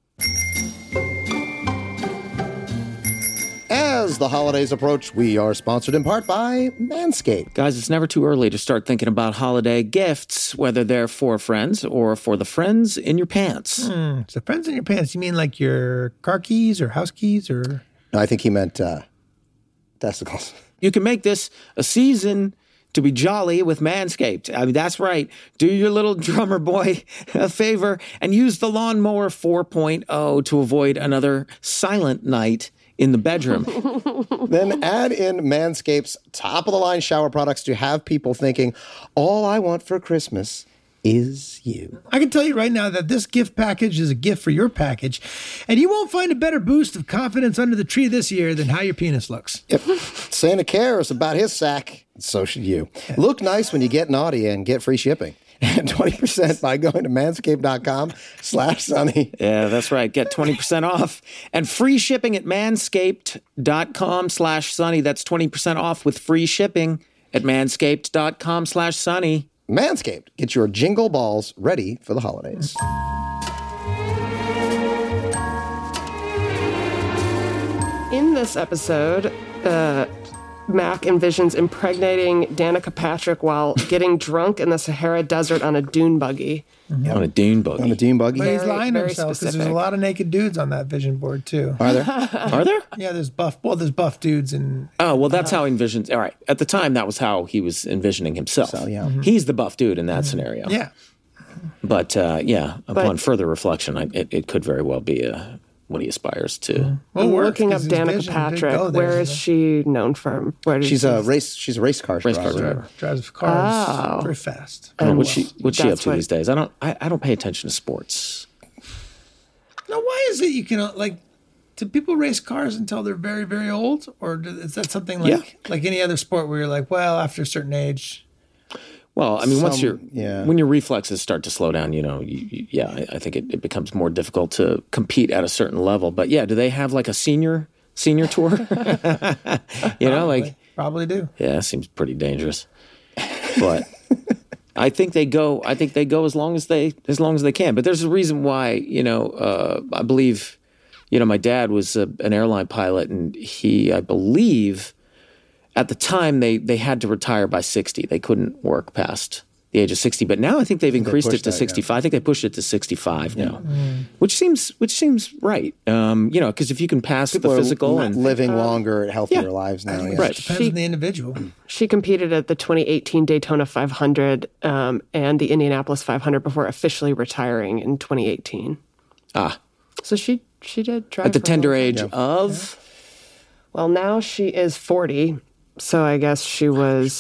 Speaker 3: As the holidays approach, we are sponsored in part by Manscaped.
Speaker 2: Guys, it's never too early to start thinking about holiday gifts, whether they're for friends or for the friends in your pants.
Speaker 1: Hmm, so friends in your pants, you mean like your car keys or house keys or...
Speaker 3: No, I think he meant uh, testicles.
Speaker 2: You can make this a season to be jolly with Manscaped. I mean, that's right. Do your little drummer boy a favor and use the lawnmower 4.0 to avoid another silent night in the bedroom.
Speaker 3: then add in Manscaped's top of the line shower products to have people thinking, all I want for Christmas is you.
Speaker 1: I can tell you right now that this gift package is a gift for your package, and you won't find a better boost of confidence under the tree this year than how your penis looks.
Speaker 3: Yep. Santa cares about his sack. So should you. Look nice when you get naughty and get free shipping. And 20% by going to manscaped.com slash sunny.
Speaker 2: yeah, that's right. Get 20% off and free shipping at manscaped.com slash sunny. That's 20% off with free shipping at manscaped.com slash sunny.
Speaker 3: Manscaped, get your jingle balls ready for the holidays.
Speaker 4: In this episode, uh, Mac envisions impregnating Danica Patrick while getting drunk in the Sahara Desert on a dune buggy.
Speaker 2: On a dune buggy.
Speaker 3: On a dune buggy.
Speaker 1: But he's
Speaker 4: Very-
Speaker 1: lying to
Speaker 4: very
Speaker 1: himself because there's a
Speaker 4: specific.
Speaker 1: lot of naked dudes on that vision board too.
Speaker 3: Are there?
Speaker 2: Are there?
Speaker 1: Yeah, there's buff. Well, there's buff dudes and
Speaker 2: Oh well, that's
Speaker 3: Uh-huh.
Speaker 2: how he envisions. All right, at the time, that was how he was envisioning himself.
Speaker 3: So, yeah. Mm-hmm.
Speaker 2: he's the buff dude in that scenario.
Speaker 1: yeah.
Speaker 2: but uh, yeah,
Speaker 4: But-
Speaker 2: upon further reflection, I, it, it could very well be uh, what he aspires to.
Speaker 3: Mm-hmm.
Speaker 1: Well,
Speaker 4: I'm
Speaker 1: work,
Speaker 4: looking up
Speaker 1: 'cause his
Speaker 4: Danica
Speaker 1: vision did
Speaker 4: Patrick.
Speaker 1: go there,
Speaker 4: Where is
Speaker 1: you
Speaker 4: she known from? Where did
Speaker 3: She's a
Speaker 4: she-
Speaker 3: race she's a race car
Speaker 2: Race car
Speaker 3: driver.
Speaker 2: driver.
Speaker 1: know? Drives cars
Speaker 4: Oh.
Speaker 1: very fast.
Speaker 2: I don't know what's she what's she up
Speaker 4: That's
Speaker 2: to
Speaker 4: what-
Speaker 2: these days. I don't I, I don't pay attention to sports.
Speaker 1: Now, why is it you can uh, like? Do people race cars until they're very, very old, or do- is that something like
Speaker 2: Yeah.
Speaker 1: like any other sport where you're like, well, after a certain age,
Speaker 2: Well, I mean, once
Speaker 3: Some-
Speaker 2: your
Speaker 3: yeah.
Speaker 2: when your reflexes start to slow down, you know, you, you- yeah, I, I think it, it becomes more difficult to compete at a certain level. But yeah, do they have like a senior senior tour? you know, like
Speaker 1: probably do.
Speaker 2: Yeah, that seems pretty dangerous. But I think they go. I think they go as long as they as long as they can. But there's a reason why. You know, uh, I believe. You know, my dad was a, an airline pilot, and he, I believe, at the time they they had to retire by 60. They couldn't work past the age of 60. But now I think they've increased it
Speaker 3: pushed
Speaker 2: to
Speaker 3: that, yeah.
Speaker 2: 65. I think they pushed it to 65 now, which seems which seems right. Um, you know, because if you can pass
Speaker 3: People
Speaker 2: the
Speaker 3: are
Speaker 2: physical
Speaker 3: li-
Speaker 2: and
Speaker 3: living longer and healthier
Speaker 2: Uh, yeah.
Speaker 3: lives now. yeah.
Speaker 2: right.
Speaker 1: Depends on the individual.
Speaker 4: She competed at the 2018 Daytona 500 um, and the Indianapolis 500 before officially retiring in 2018.
Speaker 2: Ah,
Speaker 4: So she she did drive
Speaker 2: At the
Speaker 4: for a
Speaker 2: tender
Speaker 4: long time.
Speaker 2: age of
Speaker 4: Well, now she is 40, so I guess she was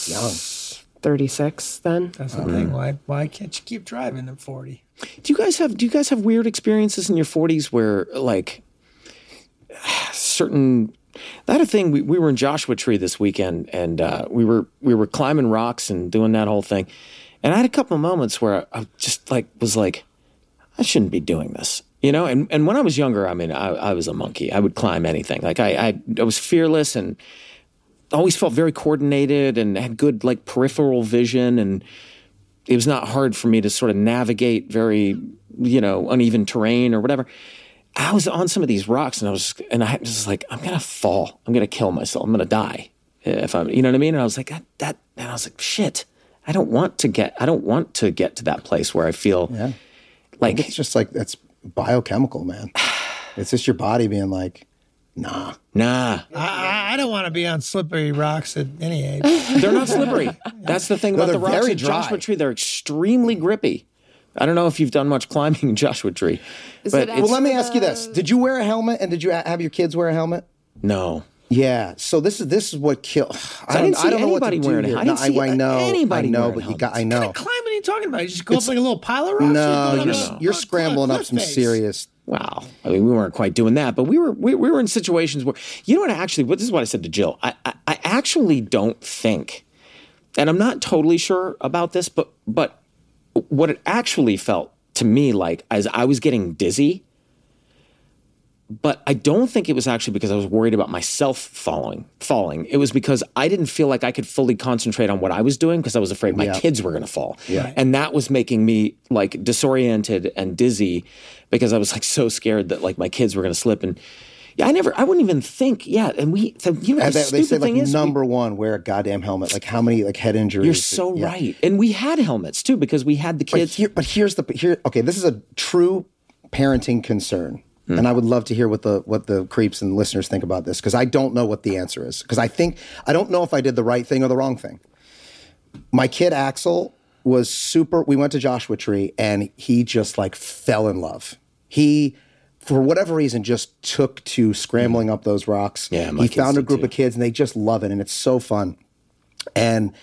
Speaker 4: 36 then.
Speaker 1: That's the thing. Why why can't you keep driving at forty?
Speaker 2: Do you guys have do you guys have weird experiences in your 40s where like certain I had a thing we, we were in Joshua Tree this weekend and uh, we were we were climbing rocks and doing that whole thing. And I had a couple of moments where I, I just like was like I shouldn't be doing this. You know, and, and when I was younger, I mean, I, I was a monkey. I would climb anything. Like I, I, I was fearless and always felt very coordinated and had good like peripheral vision and it was not hard for me to sort of navigate very you know uneven terrain or whatever i was on some of these rocks and i was and i was just like i'm gonna fall i'm gonna kill myself i'm gonna die if i'm you know what i mean and i was like that, that and i was like shit i don't want to get i don't want to get to that place where i feel
Speaker 3: Yeah.
Speaker 2: like
Speaker 3: it's just like that's biochemical, man. It's just your body being like, nah.
Speaker 2: nah
Speaker 1: I, I don't want to be on slippery rocks at any age.
Speaker 2: They're not slippery. That's the thing
Speaker 3: No,
Speaker 2: about the
Speaker 3: they're
Speaker 2: rocks
Speaker 3: very
Speaker 2: at Joshua
Speaker 3: dry.
Speaker 2: Tree. They're extremely grippy. I don't know if you've done much climbing in Joshua Tree, but
Speaker 3: well,
Speaker 2: it's, uh,
Speaker 3: let me ask you this: Did you wear a helmet, and did you a- have your kids wear a helmet?
Speaker 2: no.
Speaker 3: Yeah. So this is this is what killed. I don't,
Speaker 2: didn't see
Speaker 3: I don't know what to
Speaker 2: anybody
Speaker 3: do
Speaker 2: wearing a-
Speaker 3: here.
Speaker 2: I didn't
Speaker 3: No,
Speaker 2: see
Speaker 3: I, know.
Speaker 2: anybody
Speaker 3: I know,
Speaker 2: wearing
Speaker 3: but you
Speaker 2: helmets.
Speaker 3: got. I know.
Speaker 1: climbing are you talking about? You just go up like a little pile of rocks?
Speaker 3: No,
Speaker 1: You're
Speaker 3: you're
Speaker 1: going
Speaker 3: s-
Speaker 1: up a-
Speaker 3: you're
Speaker 1: a
Speaker 3: scrambling up
Speaker 1: cliff
Speaker 3: some
Speaker 1: face.
Speaker 3: serious.
Speaker 2: Wow. I mean, we weren't quite doing that, but we were we, we were in situations where you know what? I actually, what this is what I said to Jill. I, I I actually don't think, and I'm not totally sure about this, but but what it actually felt to me like as I was getting dizzy. But I don't think it was actually because I was worried about myself falling. Falling. It was because I didn't feel like I could fully concentrate on what I was doing because I was afraid my
Speaker 3: Yeah.
Speaker 2: kids were going to fall.
Speaker 3: Yeah.
Speaker 2: And that was making me like disoriented and dizzy because I was like so scared that like my kids were going to slip. And yeah, I never, I wouldn't even think. Yeah. And we, the, you know,
Speaker 3: And
Speaker 2: the
Speaker 3: they, they
Speaker 2: stupid
Speaker 3: say like
Speaker 2: thing is, we-
Speaker 3: number one, wear a goddamn helmet. Like how many like head injuries?
Speaker 2: you're so
Speaker 3: Yeah.
Speaker 2: right. And we had helmets too because we had the
Speaker 3: But
Speaker 2: kids.
Speaker 3: here, but here's the here. Okay, this is a true parenting concern, and I would love to hear what the what the creeps and listeners think about this because I don't know what the answer is because I think I don't know if I did the right thing or the wrong thing. My kid Axel was super. We went to Joshua Tree, and he just like fell in love. He. For whatever reason, just took to scrambling up those rocks.
Speaker 2: Yeah, my
Speaker 3: he
Speaker 2: kids
Speaker 3: found a
Speaker 2: did
Speaker 3: group
Speaker 2: too.
Speaker 3: of kids, and they just love it, and it's so fun. And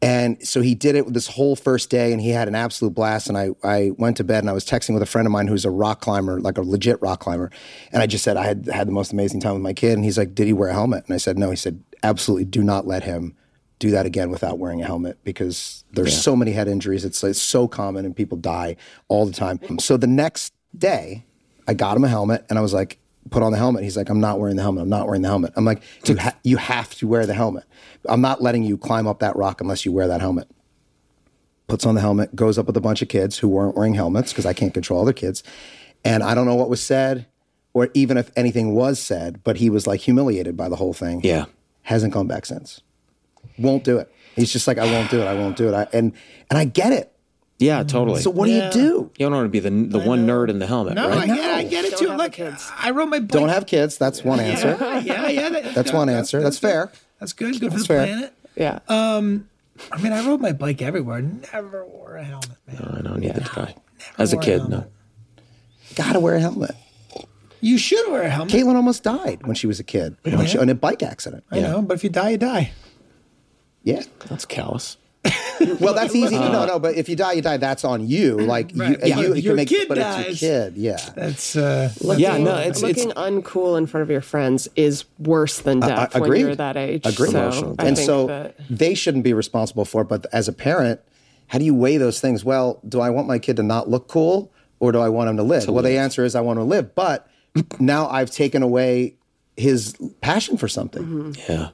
Speaker 3: and so he did it this whole first day and he had an absolute blast. And I, I went to bed and I was texting with a friend of mine who's a rock climber, like a legit rock climber. And I just said, I had had the most amazing time with my kid. And he's like, Did he wear a helmet? And I said, No. He said, Absolutely do not let him do that again without wearing a helmet because there's so many head injuries. It's, it's so common and people die all the time. So the next day, I got him a helmet and I was like, put on the helmet. He's like, I'm not wearing the helmet. I'm not wearing the helmet. I'm like, you, ha- you have to wear the helmet. I'm not letting you climb up that rock unless you wear that helmet. Puts on the helmet, goes up with a bunch of kids who weren't wearing helmets because I can't control other kids. And I don't know what was said or even if anything was said, but he was like humiliated by the whole thing.
Speaker 2: Yeah.
Speaker 3: Hasn't gone back since. Won't do it. He's just like, I won't do it. I won't do it. I, and, and I get it.
Speaker 2: Yeah, totally.
Speaker 3: So what
Speaker 1: Yeah.
Speaker 3: do you do?
Speaker 2: you don't want to be the, the one nerd in the helmet,
Speaker 1: No, I
Speaker 2: right?
Speaker 1: get, I get it
Speaker 4: Don't
Speaker 1: too.
Speaker 4: have
Speaker 1: Like
Speaker 4: kids.
Speaker 1: I wrote my book.
Speaker 3: Don't have kids. That's one answer.
Speaker 1: Yeah, yeah. that-
Speaker 3: That's one answer. That's fair.
Speaker 1: That's good. Good for the
Speaker 3: fair.
Speaker 1: planet.
Speaker 4: Yeah.
Speaker 1: I mean, I rode my bike everywhere. Never wore a helmet, man.
Speaker 2: I don't need to try. As a
Speaker 1: wore a
Speaker 2: kid, no.
Speaker 1: helmet.
Speaker 3: Gotta wear a helmet.
Speaker 1: You should wear a helmet.
Speaker 3: Caitlin almost died when she was a kid when she, in a bike accident.
Speaker 1: I know, but if you die, you die.
Speaker 3: Yeah.
Speaker 2: That's callous.
Speaker 3: Well, that's easy. no, no, but if you die, you die. That's on you. Like you,
Speaker 1: Uh. Right.
Speaker 3: and
Speaker 1: Yeah,
Speaker 3: you, you
Speaker 1: your
Speaker 3: can make,
Speaker 1: kid
Speaker 3: but
Speaker 1: dies.
Speaker 3: it's your kid. Yeah.
Speaker 1: That's uh,
Speaker 2: yeah, no, it's, it's
Speaker 4: Looking uncool in front of your friends is worse than death when
Speaker 3: agreed.
Speaker 4: you're that age.
Speaker 3: Agreed.
Speaker 4: So I
Speaker 3: and
Speaker 4: think
Speaker 3: so
Speaker 4: that-
Speaker 3: they shouldn't be responsible for it. But as a parent, how do you weigh those things? Well, do I want my kid to not look cool or do I want him to live? well, the answer is I want him to live. But now I've taken away his passion for something.
Speaker 1: Mm-hmm.
Speaker 2: Yeah.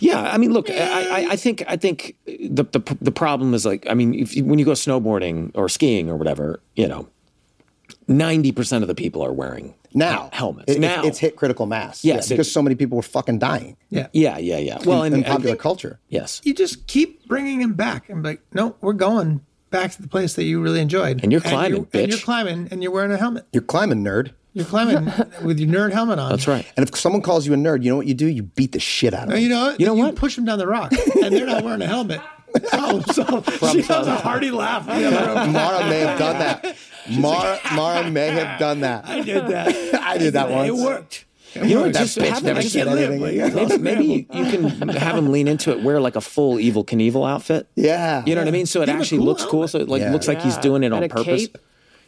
Speaker 2: Yeah, I mean, look, I, I, I think I think the, the the problem is like, I mean, if you, when you go snowboarding or skiing or whatever, you know, ninety percent of the people are wearing
Speaker 3: Now,
Speaker 2: helmets.
Speaker 3: it- it's-
Speaker 2: now,
Speaker 3: it's hit critical mass.
Speaker 2: Yes,
Speaker 3: Yeah, because
Speaker 2: it-
Speaker 3: so many people were fucking dying.
Speaker 1: yeah.
Speaker 2: yeah, yeah, yeah. Well, and,
Speaker 3: in
Speaker 2: and
Speaker 3: popular culture.
Speaker 2: yes,
Speaker 1: You just keep bringing him back and be like, no, we're going back to the place that you really enjoyed.
Speaker 2: And you're climbing,
Speaker 1: you- And you're
Speaker 2: bitch.
Speaker 1: climbing, and you're wearing a helmet.
Speaker 3: You're climbing, nerd.
Speaker 1: You're climbing with your nerd helmet on.
Speaker 2: that's right.
Speaker 3: And if someone calls you a nerd, you know what you do? You beat the shit out of
Speaker 1: And
Speaker 3: them.
Speaker 1: you know,
Speaker 2: You know
Speaker 1: you
Speaker 2: what?
Speaker 1: push them down the rock, and they're not wearing a helmet. Oh, so she has a hearty laugh. in the other room.
Speaker 3: Mara may have done that. Mara, Mara may have done that.
Speaker 1: I did that.
Speaker 3: I did that once.
Speaker 1: It worked.
Speaker 2: You know,
Speaker 3: That
Speaker 2: just
Speaker 3: bitch
Speaker 2: have
Speaker 3: never
Speaker 2: him-
Speaker 3: said
Speaker 2: I can't
Speaker 3: anything
Speaker 1: live,
Speaker 3: again.
Speaker 2: Maybe,
Speaker 1: like,
Speaker 2: maybe you you can have him lean into it, wear like a full evil Knievel outfit.
Speaker 3: Yeah.
Speaker 2: You know what I mean? So it
Speaker 1: Give him a
Speaker 2: actually
Speaker 1: cool
Speaker 2: looks cool.
Speaker 1: outfit.
Speaker 2: So it like
Speaker 3: Yeah.
Speaker 2: looks like he's
Speaker 4: Yeah.
Speaker 2: doing it on
Speaker 4: And a
Speaker 2: purpose.
Speaker 4: cape.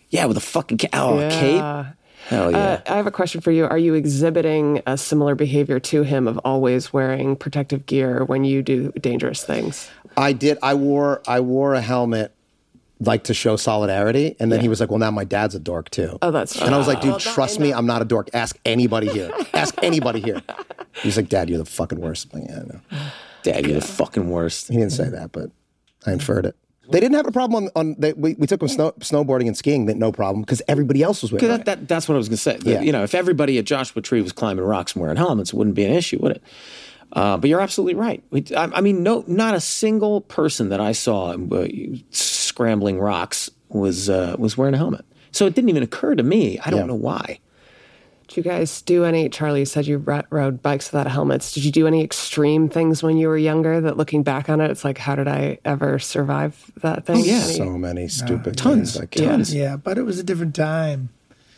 Speaker 2: Yeah, with a fucking ca- oh, a cape. Hell yeah.
Speaker 4: Uh, I have a question for you. Are you exhibiting a similar behavior to him of always wearing protective gear when you do dangerous things?
Speaker 3: I did. I wore I wore a helmet like to show solidarity, and then he was like, "Well, now my dad's a dork too."
Speaker 4: Oh, that's true.
Speaker 3: and I was like, "Dude, trust me, I'm not a dork. Ask anybody here. Ask anybody here." He's like, "Dad, you're the fucking worst." I'm like, "Yeah, I know."
Speaker 2: Dad, you're the fucking worst.
Speaker 3: He didn't say that, but I inferred it. They didn't have a problem on. on they, we, we took him snow, snowboarding and skiing. That no problem because everybody else was with
Speaker 2: 'Cause
Speaker 3: him.
Speaker 2: That, that, that's what I was going to say. The-
Speaker 3: Yeah.
Speaker 2: You know, if everybody at Joshua Tree was climbing rocks and wearing helmets, it wouldn't be an issue, would it? Uh, but you're absolutely right. We, I, I mean, no, not a single person that I saw uh, scrambling rocks was uh, was wearing a helmet. So it didn't even occur to me. I don't
Speaker 3: Yeah.
Speaker 2: know why.
Speaker 4: Did you guys do any? Charlie you said you ro- rode bikes without helmets. Did you do any extreme things when you were younger that looking back on it, it's like, how did I ever survive that thing?
Speaker 2: yeah.
Speaker 4: Any-
Speaker 3: so many stupid
Speaker 2: Tons,
Speaker 3: things. Like,
Speaker 2: tons.
Speaker 1: Yeah, but it was a different time.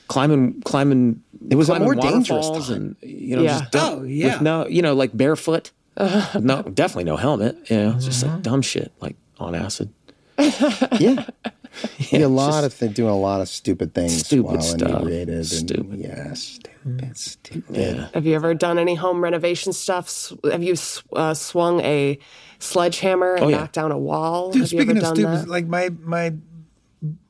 Speaker 2: Climbing, climbing. It was
Speaker 3: a
Speaker 2: climbing
Speaker 3: more dangerous
Speaker 2: waterfalls
Speaker 3: time.
Speaker 2: and you know,
Speaker 4: Yeah.
Speaker 2: just dumb,
Speaker 1: Oh, yeah.
Speaker 2: with no, you know, like barefoot. no, definitely no helmet. You know, just like dumb shit, like on acid.
Speaker 3: yeah. yeah, a
Speaker 2: it's
Speaker 3: lot
Speaker 2: just-
Speaker 3: of th- doing a lot of stupid things
Speaker 2: Stupid
Speaker 3: while
Speaker 2: stuff.
Speaker 3: inebriated. And,
Speaker 2: Stupid. Mm.
Speaker 3: Yeah, stupid, stupid.
Speaker 4: Have you ever done any home renovation stuff? S- Have you s- uh, swung a sledgehammer and
Speaker 2: yeah.
Speaker 4: knocked down a wall?
Speaker 1: Dude,
Speaker 4: Have you ever
Speaker 1: speaking of
Speaker 4: done
Speaker 1: stupid,
Speaker 4: that?
Speaker 1: like my my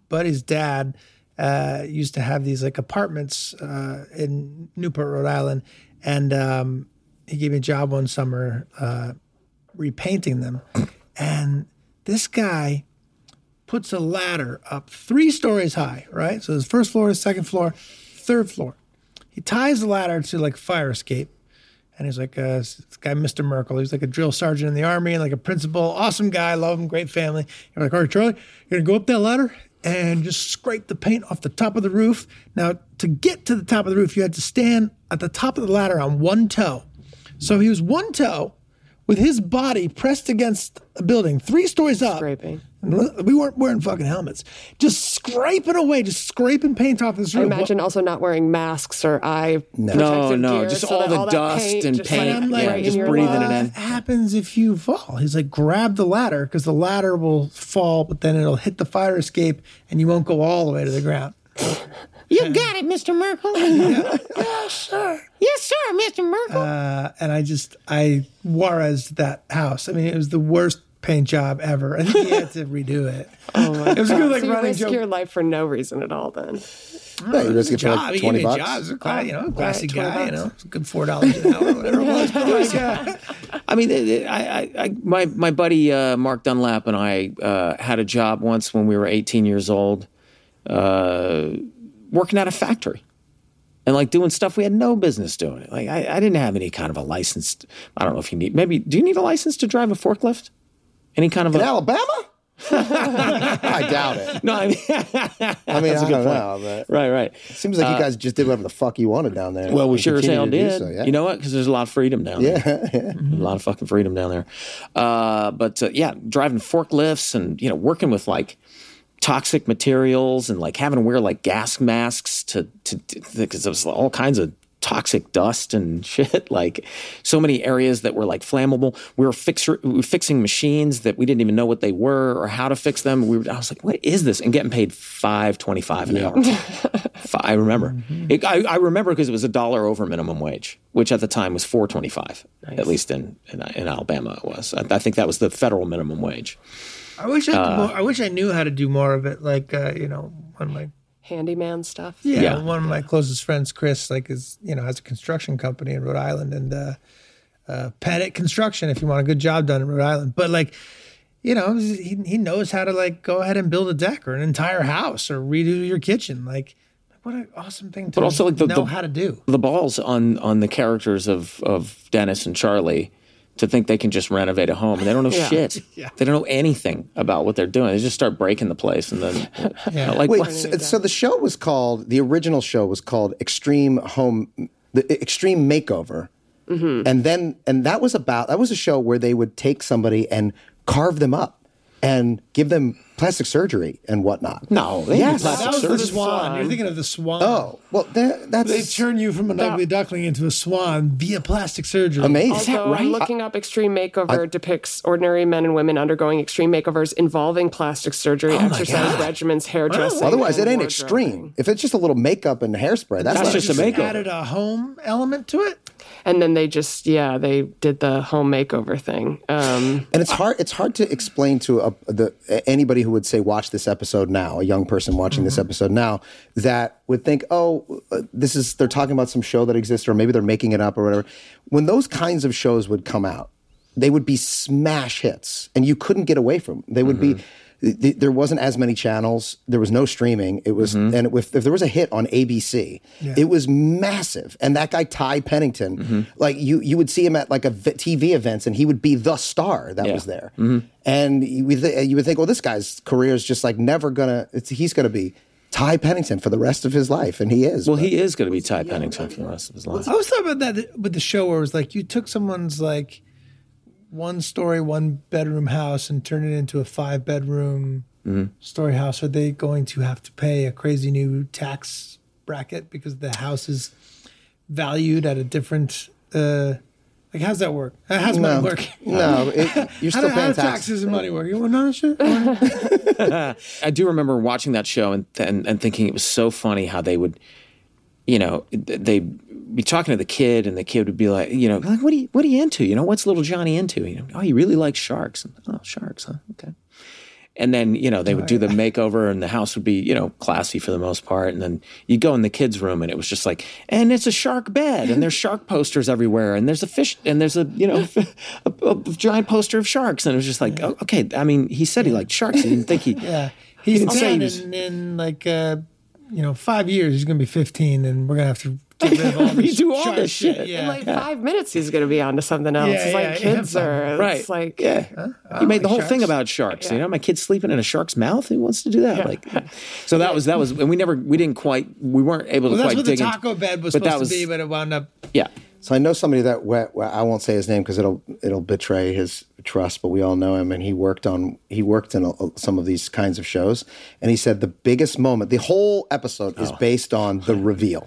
Speaker 1: buddy's dad uh, used to have these like apartments uh, in Newport, Rhode Island, and um, he gave me a job one summer uh, repainting them. And this guy puts a ladder up three stories high, right? So his first floor, his second floor, third floor. He ties the ladder to like fire escape. And he's like uh, this guy, Mr. Merkel. He was like a drill sergeant in the army and like a principal. Awesome guy. Love him. Great family. You're like, all right, Charlie, you're going to go up that ladder and just scrape the paint off the top of the roof. Now, to get to the top of the roof, you had to stand at the top of the ladder on one toe. So he was one toe with his body pressed against a building three stories up.
Speaker 4: Scraping.
Speaker 1: We weren't wearing fucking helmets. Just scraping away, just scraping paint off this
Speaker 4: I
Speaker 1: roof.
Speaker 4: imagine also not wearing masks or eye no
Speaker 2: No, no, just all the dust and
Speaker 1: And
Speaker 2: paint,
Speaker 1: I'm like,
Speaker 2: yeah, just breathing it
Speaker 1: what
Speaker 2: in.
Speaker 1: happens if you fall? He's like, grab the ladder because the ladder will fall, but then it'll hit the fire escape and you won't go all the way to the ground.
Speaker 2: You got it, Mr. Merkel. Yes, sir, Mr. Merkel.
Speaker 1: Uh, and I just, I Juarez that house. I mean, it was the worst paint job ever. I think he had to redo it. it was a good like
Speaker 4: Oh So you
Speaker 1: running
Speaker 4: risk
Speaker 1: joke.
Speaker 4: your life for no reason at all. Then
Speaker 3: Yeah, you risk it for
Speaker 1: job.
Speaker 3: like
Speaker 1: he gave
Speaker 3: 20
Speaker 1: me a
Speaker 3: bucks.
Speaker 1: job. He was a class, you know,
Speaker 4: Oh,
Speaker 1: classy
Speaker 4: right, 20
Speaker 1: guy, you
Speaker 4: bucks.
Speaker 1: know, it was a good four dollars an hour, whatever it was. But like, uh,
Speaker 2: I mean, it- it- I, I, I, my my buddy uh, Mark Dunlap and I uh, had a job once when we were 18 years old, uh, working at a factory, and like doing stuff we had no business doing. Like I, I didn't have any kind of a license. I don't know if you need. Maybe do you need a license to drive a forklift? Any kind of
Speaker 3: In
Speaker 2: a
Speaker 3: Alabama? I doubt it.
Speaker 2: no. I mean,
Speaker 3: I mean, I
Speaker 2: a good
Speaker 3: don't
Speaker 2: point.
Speaker 3: know, but
Speaker 2: right, right.
Speaker 3: it seems like you guys just did whatever the fuck you wanted down there.
Speaker 2: Well, we
Speaker 3: and
Speaker 2: sure as hell
Speaker 3: continue to do
Speaker 2: did.
Speaker 3: so, yeah.
Speaker 2: You know what? Because there's a lot of freedom down there.
Speaker 3: Yeah, yeah.
Speaker 2: a lot of fucking freedom down there. Uh, but uh, yeah, driving forklifts and you know working with like toxic materials and like having to wear like gas masks to to because there was all kinds of toxic dust and shit like so many areas that were like flammable we were fixer, we were fixing machines that we didn't even know what they were or how to fix them we were, i was like what is this and getting paid 525 an hour Fi- I remember. It, I, I remember because it was a dollar over minimum wage, which at the time was four twenty five. At least in, in in Alabama, it was. I, I think that was the federal minimum wage.
Speaker 1: I wish I,
Speaker 2: Uh,
Speaker 1: could more, I wish I knew how to do more of it. Like, uh, you know, one of my
Speaker 4: handyman stuff.
Speaker 1: Yeah,
Speaker 2: Yeah.
Speaker 1: one of my closest friends, Chris, like is you know has a construction company in Rhode Island and uh, uh, Pettit Construction. If you want a good job done in Rhode Island, but like you know he he knows how to like go ahead and build a deck or an entire house or redo your kitchen. Like what an awesome thing to
Speaker 2: But also, like, the-
Speaker 1: know
Speaker 2: the-
Speaker 1: how to do.
Speaker 2: The balls on on the characters of of Dennis and Charlie to think they can just renovate a home and they don't know shit. They don't know anything about what they're doing. They just start breaking the place and then like
Speaker 3: Wait,
Speaker 2: what-
Speaker 3: so, so the show was called the original show was called Extreme Home, the Extreme
Speaker 4: Mm-hmm.
Speaker 3: Makeover, and then and that was about that was a show where they would take somebody and carve them up and give them plastic surgery and whatnot.
Speaker 2: No,
Speaker 1: they
Speaker 3: yes,
Speaker 1: do plastic That was the surgery. swan. You're thinking of the swan.
Speaker 3: Oh, well, that, that's
Speaker 1: They turn you from an
Speaker 3: That-
Speaker 1: ugly duckling into a swan via plastic surgery.
Speaker 3: Amazing.
Speaker 1: Is
Speaker 4: Although Looking up Extreme Makeover depicts ordinary men and women undergoing extreme makeovers involving plastic
Speaker 2: Oh
Speaker 4: surgery, exercise regimens, hairdressing.
Speaker 3: Otherwise, it
Speaker 4: and
Speaker 3: ain't
Speaker 4: wardrobe.
Speaker 3: extreme. If it's just a little makeup and hairspray, that's, not extreme.
Speaker 1: Added a home element to it.
Speaker 4: And then they just, yeah, they did the home makeover thing. Um,
Speaker 3: And it's hard. It's hard to explain to a, the anybody who would say watch this episode now, a young person watching this episode now, that would think, oh, uh, this is they're talking about some show that exists, or maybe they're making it up, or whatever. When those kinds of shows would come out, they would be smash hits, and you couldn't get away from. Them. They would be. th- There wasn't as many channels. There was no streaming. It was, and if, if there was a hit on ABC,
Speaker 1: Yeah.
Speaker 3: it was massive. And that guy Ty Pennington, like you, you would see him at like a v- TV events, and he would be the star that
Speaker 2: Yeah.
Speaker 3: was there. And you would, th- you would think, well, this guy's career is just like never gonna. It's, he's gonna be Ty Pennington for the rest of his life, and he is.
Speaker 2: Well, he is going to be Ty Pennington for the rest of his life.
Speaker 1: I was talking about that th- with the show where it was like you took someone's like one story, one bedroom house and turned it into a five bedroom
Speaker 3: Mm-hmm.
Speaker 1: story house. Are they going to have to pay a crazy new tax bracket because the house is valued at a different? Uh, like, how's that work? How's
Speaker 3: no,
Speaker 1: money work?
Speaker 3: no, it, you're
Speaker 1: How
Speaker 3: still
Speaker 1: do- how
Speaker 3: paying
Speaker 1: do taxes and money work. You want none of that shit?
Speaker 2: I do remember watching that show and, and and thinking it was so funny how they would, you know, th- they'd be talking to the kid and the kid would be like, you know, like what are you what are you into? You know, what's little Johnny into? You know, oh, he really likes sharks. And, oh, sharks, huh? Okay. And then you know they would do the makeover and the house would be you know classy for the most part. And then you'd go in the kids' room and it was just like, and it's a shark bed and there's shark posters everywhere and there's a fish and there's a you know a, a giant poster of sharks and it was just like, oh, okay, I mean he said he liked sharks. He didn't think he
Speaker 1: Yeah, he's
Speaker 2: didn't say he
Speaker 1: ten,
Speaker 2: was-
Speaker 1: and in like uh, you know five years he's gonna be fifteen, and we're gonna have to get rid of all this
Speaker 2: Redo all
Speaker 1: shark
Speaker 2: this shit.
Speaker 1: Yeah,
Speaker 4: In like five minutes, he's going to be onto something else.
Speaker 1: Yeah,
Speaker 4: it's like
Speaker 1: yeah, yeah.
Speaker 4: kids are.
Speaker 2: Right.
Speaker 4: It's like
Speaker 2: yeah. you
Speaker 1: Oh,
Speaker 2: made the whole thing about sharks. You know, my kid's sleeping in a shark's mouth. Who wants to do that? Like, so that was that was, and we never, we didn't quite, we weren't able
Speaker 1: well,
Speaker 2: to
Speaker 1: that's
Speaker 2: quite
Speaker 1: what the
Speaker 2: dig into-
Speaker 1: taco bed was
Speaker 2: but
Speaker 1: supposed
Speaker 2: that was,
Speaker 1: to be, but it wound up.
Speaker 2: yeah.
Speaker 3: So I know somebody that we- well, I won't say his name because it'll it'll betray his trust, but we all know him, and he worked on he worked in a, some of these kinds of shows, and he said the biggest moment, the whole episode is based on the reveal.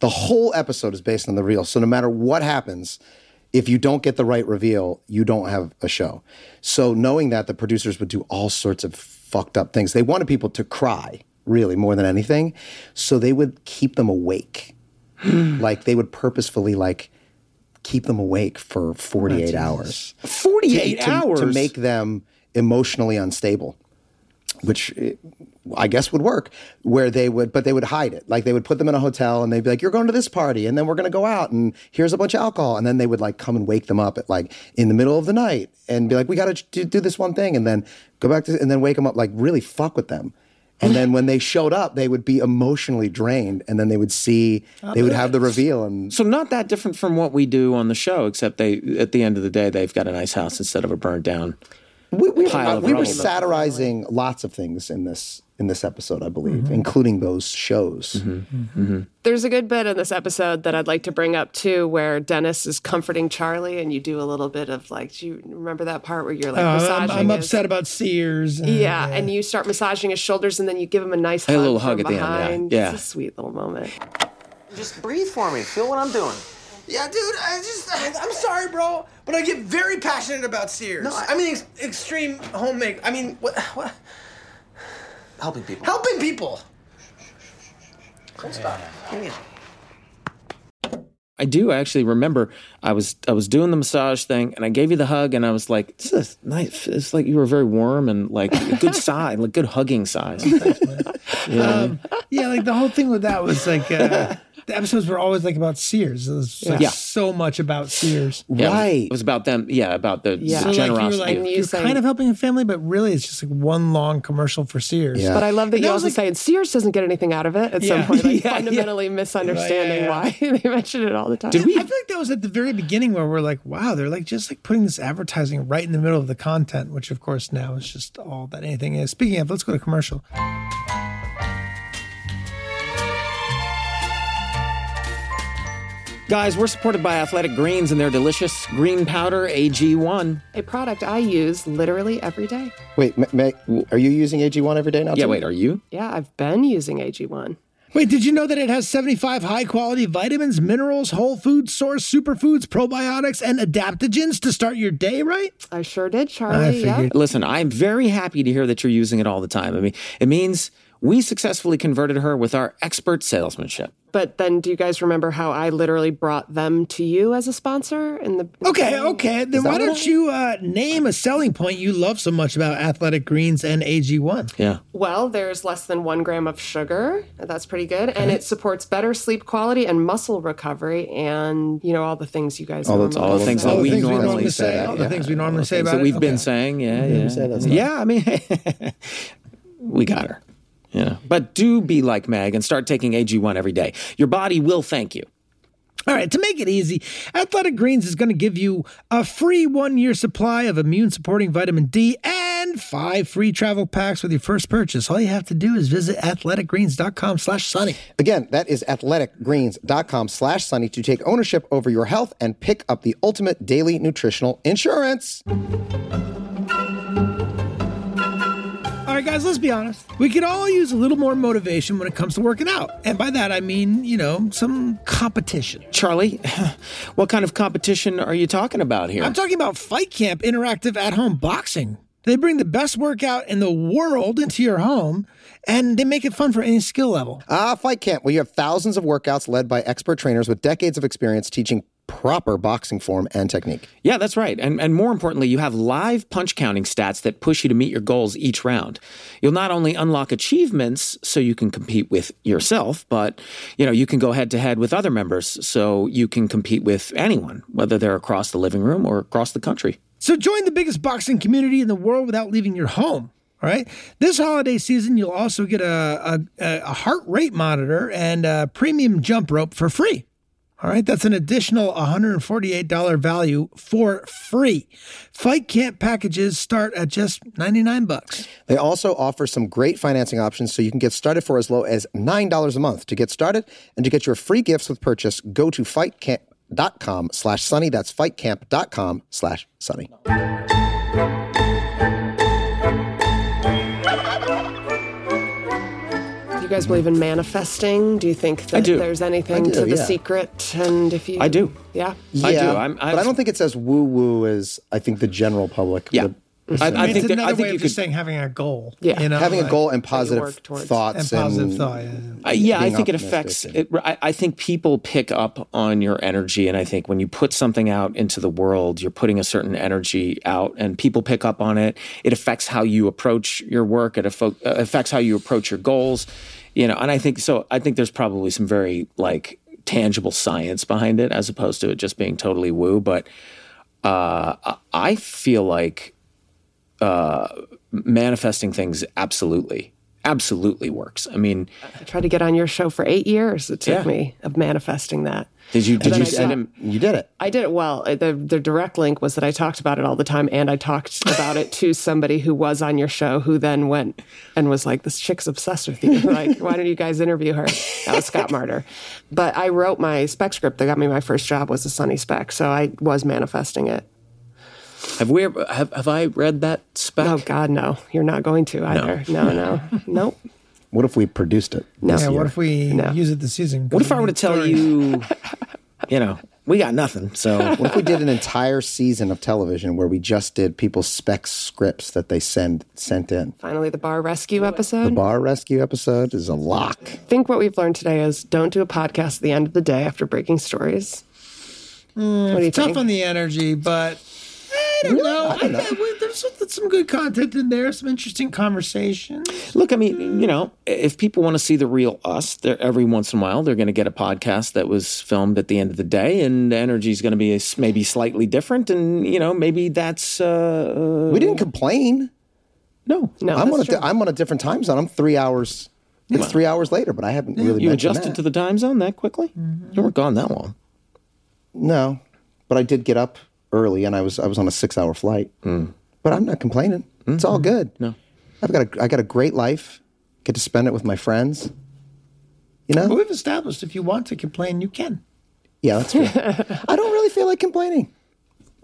Speaker 3: The whole episode is based on the reveal. So no matter what happens, if you don't get the right reveal, you don't have a show. So knowing that, the producers would do all sorts of fucked up things. They wanted people to cry, really, more than anything. So they would keep them awake like they would purposefully like keep them awake for 48 hours
Speaker 2: 48
Speaker 3: to,
Speaker 2: hours.
Speaker 3: to make them emotionally unstable which eh, i guess would work where they would but they would hide it like they would put them in a hotel and they'd be like you're going to this party and then we're going to go out and here's a bunch of alcohol and then they would like come and wake them up at like in the middle of the night and be like we got to do, do this one thing and then go back to and then wake them up like really fuck with them and then when they showed up they would be emotionally drained and then they would see they would have the reveal and
Speaker 2: So not that different from what we do on the show, except they, at the end of the day, they've got a nice house instead of a burned down.
Speaker 3: we, we,
Speaker 2: Pile
Speaker 3: were,
Speaker 2: of
Speaker 3: we were
Speaker 2: rubble.
Speaker 3: satirizing lots of things in this in this episode i believe including those shows
Speaker 4: There's a good bit in this episode that I'd like to bring up too, where Dennis is comforting Charlie, and you do a little bit of like, do you remember that part where you're like
Speaker 1: Uh, I'm,
Speaker 4: massaging?
Speaker 1: I'm
Speaker 4: his-
Speaker 1: upset about Sears. and-
Speaker 4: Yeah, and you start massaging his shoulders, and then you give him a nice
Speaker 2: A
Speaker 4: hug
Speaker 2: little
Speaker 4: from
Speaker 2: hug at the end, yeah,
Speaker 4: behind.
Speaker 2: yeah.
Speaker 4: It's a sweet little moment.
Speaker 8: Just breathe for me. Feel what I'm doing.
Speaker 5: Yeah, dude, I just, I, I'm sorry, bro, but I get very passionate about Sears.
Speaker 8: No, I-
Speaker 5: I, mean, ex- extreme homemade. I mean, what, what?
Speaker 8: Helping people.
Speaker 5: Helping people.
Speaker 2: I do actually remember I was I was doing the massage thing and I gave you the hug and I was like, this is nice. It's like you were very warm and like a good size, like good hugging size.
Speaker 1: Um, yeah, like the whole thing with that was like uh, the episodes were always like about Sears. It was like
Speaker 2: Yeah.
Speaker 1: so much about Sears.
Speaker 2: Yeah, it was-
Speaker 3: right
Speaker 2: It was about them. Yeah, about the, the
Speaker 4: Yeah. So, like,
Speaker 1: you were
Speaker 2: generosity.
Speaker 1: like,
Speaker 2: of-
Speaker 4: you
Speaker 1: you're
Speaker 4: say-
Speaker 1: kind of helping a family, but really it's just like one long commercial for Sears.
Speaker 3: Yeah.
Speaker 4: But I love that
Speaker 1: And
Speaker 4: you
Speaker 1: that was
Speaker 4: also say, and Sears doesn't get anything out of it at some
Speaker 1: Yeah.
Speaker 4: point, like
Speaker 2: Yeah, yeah.
Speaker 4: fundamentally misunderstanding
Speaker 1: Right,
Speaker 4: why they mention it all the time.
Speaker 2: Did we
Speaker 1: I feel like that was at the very beginning where we're like, wow, they're like just like putting this advertising right in the middle of the content, which of course now is just all that anything is. Speaking of, let's go to commercial.
Speaker 2: Guys, we're supported by Athletic Greens and their delicious green powder AG1.
Speaker 4: A product I use literally every day.
Speaker 3: Wait, Ma- Ma- are you using AG1 every day now?
Speaker 2: Yeah,
Speaker 3: too?
Speaker 2: wait, are you?
Speaker 4: Yeah, I've been using AG1.
Speaker 1: Wait, did you know that it has 75 high quality vitamins, minerals, whole food source, superfoods, probiotics, and adaptogens to start your day right?
Speaker 4: I sure did, Charlie. yeah.
Speaker 2: Listen, I'm very happy to hear that you're using it all the time. I mean, it means we successfully converted her with our expert salesmanship.
Speaker 4: But then do you guys remember how I literally brought them to you as a sponsor in the
Speaker 2: Oh.
Speaker 1: Okay, okay. Then why don't you uh, name a selling point you love so much about Athletic Greens and AG1?
Speaker 2: Yeah.
Speaker 4: Well, there's less than one gram of sugar. That's pretty good. And it supports better sleep quality and muscle recovery and, you know, all the things you guys
Speaker 2: All the-
Speaker 4: normally
Speaker 2: all the things that
Speaker 1: All the
Speaker 2: we
Speaker 1: things we normally
Speaker 2: normally
Speaker 1: say,
Speaker 2: say.
Speaker 1: all the things we normally say
Speaker 2: things
Speaker 1: about
Speaker 2: that
Speaker 1: it.
Speaker 2: we've
Speaker 1: Okay.
Speaker 2: been saying. Yeah,
Speaker 3: we
Speaker 2: yeah.
Speaker 3: say that stuff.
Speaker 2: yeah, I mean, we got her. Yeah. But do be like Meg and start taking AG1 every day. Your body will thank you.
Speaker 1: All right, to make it easy, Athletic Greens is going to give you a free one year supply of immune supporting vitamin D and five free travel packs with your first purchase. All you have to do is visit athleticgreens.com slash sunny.
Speaker 3: Again, that is athleticgreens.com slash sunny to take ownership over your health and pick up the ultimate daily nutritional insurance.
Speaker 1: All right, guys, let's be honest. We could all use a little more motivation when it comes to working out. And by that, I mean, you know, some competition.
Speaker 2: Charlie, what kind of competition are you talking about here?
Speaker 1: I'm talking about Fight Camp Interactive At Home Boxing. They bring the best workout in the world into your home and they make it fun for any skill level.
Speaker 3: Ah, Fight Camp, where you have thousands of workouts led by expert trainers with decades of experience teaching proper boxing form and technique.
Speaker 2: Yeah, that's right. And, and more importantly, you have live punch counting stats that push you to meet your goals each round. You'll not only unlock achievements so you can compete with yourself, but you know, you can go head to head with other members so you can compete with anyone, whether they're across the living room or across the country.
Speaker 1: So join the biggest boxing community in the world without leaving your home. All right. This holiday season, you'll also get a, a, a heart rate monitor and a premium jump rope for free. All right. That's an additional $148 value for free. Fight camp packages start at just 99 bucks.
Speaker 3: They also offer some great financing options so you can get started for as low as $9 a month. To get started and to get your free gifts with purchase, go to fightcamp.com slash sunny. That's fightcamp.com slash sunny.
Speaker 4: Do you guys believe in manifesting? Do you think that
Speaker 2: do.
Speaker 4: there's anything
Speaker 3: I do,
Speaker 4: to the
Speaker 3: yeah.
Speaker 4: secret? And if you
Speaker 2: I do.
Speaker 4: Yeah.
Speaker 2: I do. I'm-
Speaker 3: but I
Speaker 2: I've-
Speaker 3: don't think it's as woo-woo as I think the general public.
Speaker 2: Yeah.
Speaker 3: would
Speaker 2: I,
Speaker 3: assume.
Speaker 2: I
Speaker 1: It's
Speaker 2: think that,
Speaker 1: another
Speaker 2: I
Speaker 1: way
Speaker 2: think
Speaker 1: of
Speaker 2: you
Speaker 1: just
Speaker 2: could.
Speaker 1: saying having a goal.
Speaker 4: Yeah.
Speaker 1: You know,
Speaker 3: having a
Speaker 1: like-
Speaker 3: goal and positive
Speaker 4: work towards.
Speaker 3: thoughts
Speaker 1: and positive thought. yeah.
Speaker 2: I- yeah, I
Speaker 3: being
Speaker 2: think it affects. It,
Speaker 3: optimistic
Speaker 2: I, I think people pick up on your energy, and I think when you put something out into the world, you're putting a certain energy out, and people pick up on it. It affects how you approach your work. It affo- uh, affects how you approach your goals. You know, and I think so. I think there's probably some very like tangible science behind it, as opposed to it just being totally woo. But uh, I- I feel like uh, manifesting things absolutely, absolutely works. I mean.
Speaker 4: I tried to get on your show for eight years. It took
Speaker 2: Yeah.
Speaker 4: me of manifesting that.
Speaker 2: Did you did
Speaker 4: then
Speaker 2: you
Speaker 4: I
Speaker 2: send
Speaker 4: saw-
Speaker 2: him?
Speaker 3: You did it.
Speaker 4: I did it well. Uh, The, the direct link was that I talked about it all the time, and I talked about it to somebody who was on your show, who then went and was like, "This chick's obsessed with you. Like, why don't you guys interview her?" That was Scott Martyr. But I wrote my spec script that got me my first job was a Sunny spec, so I was manifesting it.
Speaker 2: Have we ever, have have I read that spec?
Speaker 4: Oh God, no! You're not going to either. No, no, nope.
Speaker 3: What if we produced it?
Speaker 4: No.
Speaker 3: this
Speaker 4: Yeah,
Speaker 1: Yeah,
Speaker 3: year?
Speaker 1: what if we
Speaker 4: No.
Speaker 1: use it this season?
Speaker 2: What if I were to tell you, you know, we got nothing. So
Speaker 3: What if we did an entire season of television where we just did people's spec scripts that they send sent in?
Speaker 4: Finally, the bar rescue
Speaker 3: The
Speaker 4: episode.
Speaker 3: bar rescue episode is a lock.
Speaker 4: I think what we've learned today is don't do a podcast at the end of the day after breaking stories. what do you
Speaker 1: tough
Speaker 4: think?
Speaker 1: on the energy, but I don't know. I think we- there's some, there's some good content in there, some interesting conversations.
Speaker 2: look, I mean, you know, if people want to see the real us, they're, every once in a while they're going to get a podcast that was filmed at the end of the day, and the energy is going to be s- maybe slightly different, and you know, maybe that's uh,
Speaker 3: We didn't complain.
Speaker 2: no.
Speaker 4: No,
Speaker 3: I'm
Speaker 4: that's
Speaker 3: on a
Speaker 4: true.
Speaker 3: am on a different time zone. I'm three hours. It's three hours later, but I haven't really.
Speaker 2: You
Speaker 3: mentioned
Speaker 2: adjusted
Speaker 3: that.
Speaker 2: to the time zone that quickly?
Speaker 4: Mm-hmm.
Speaker 2: You weren't gone that long.
Speaker 3: no, but I did get up early, and I was I was on a six hour flight. But I'm not complaining. It's all good. No, I've got a I got a great life. Get to spend it with my friends. You know,
Speaker 1: But we've established if you want to complain, you can.
Speaker 3: Yeah, that's fair. I don't really feel like complaining.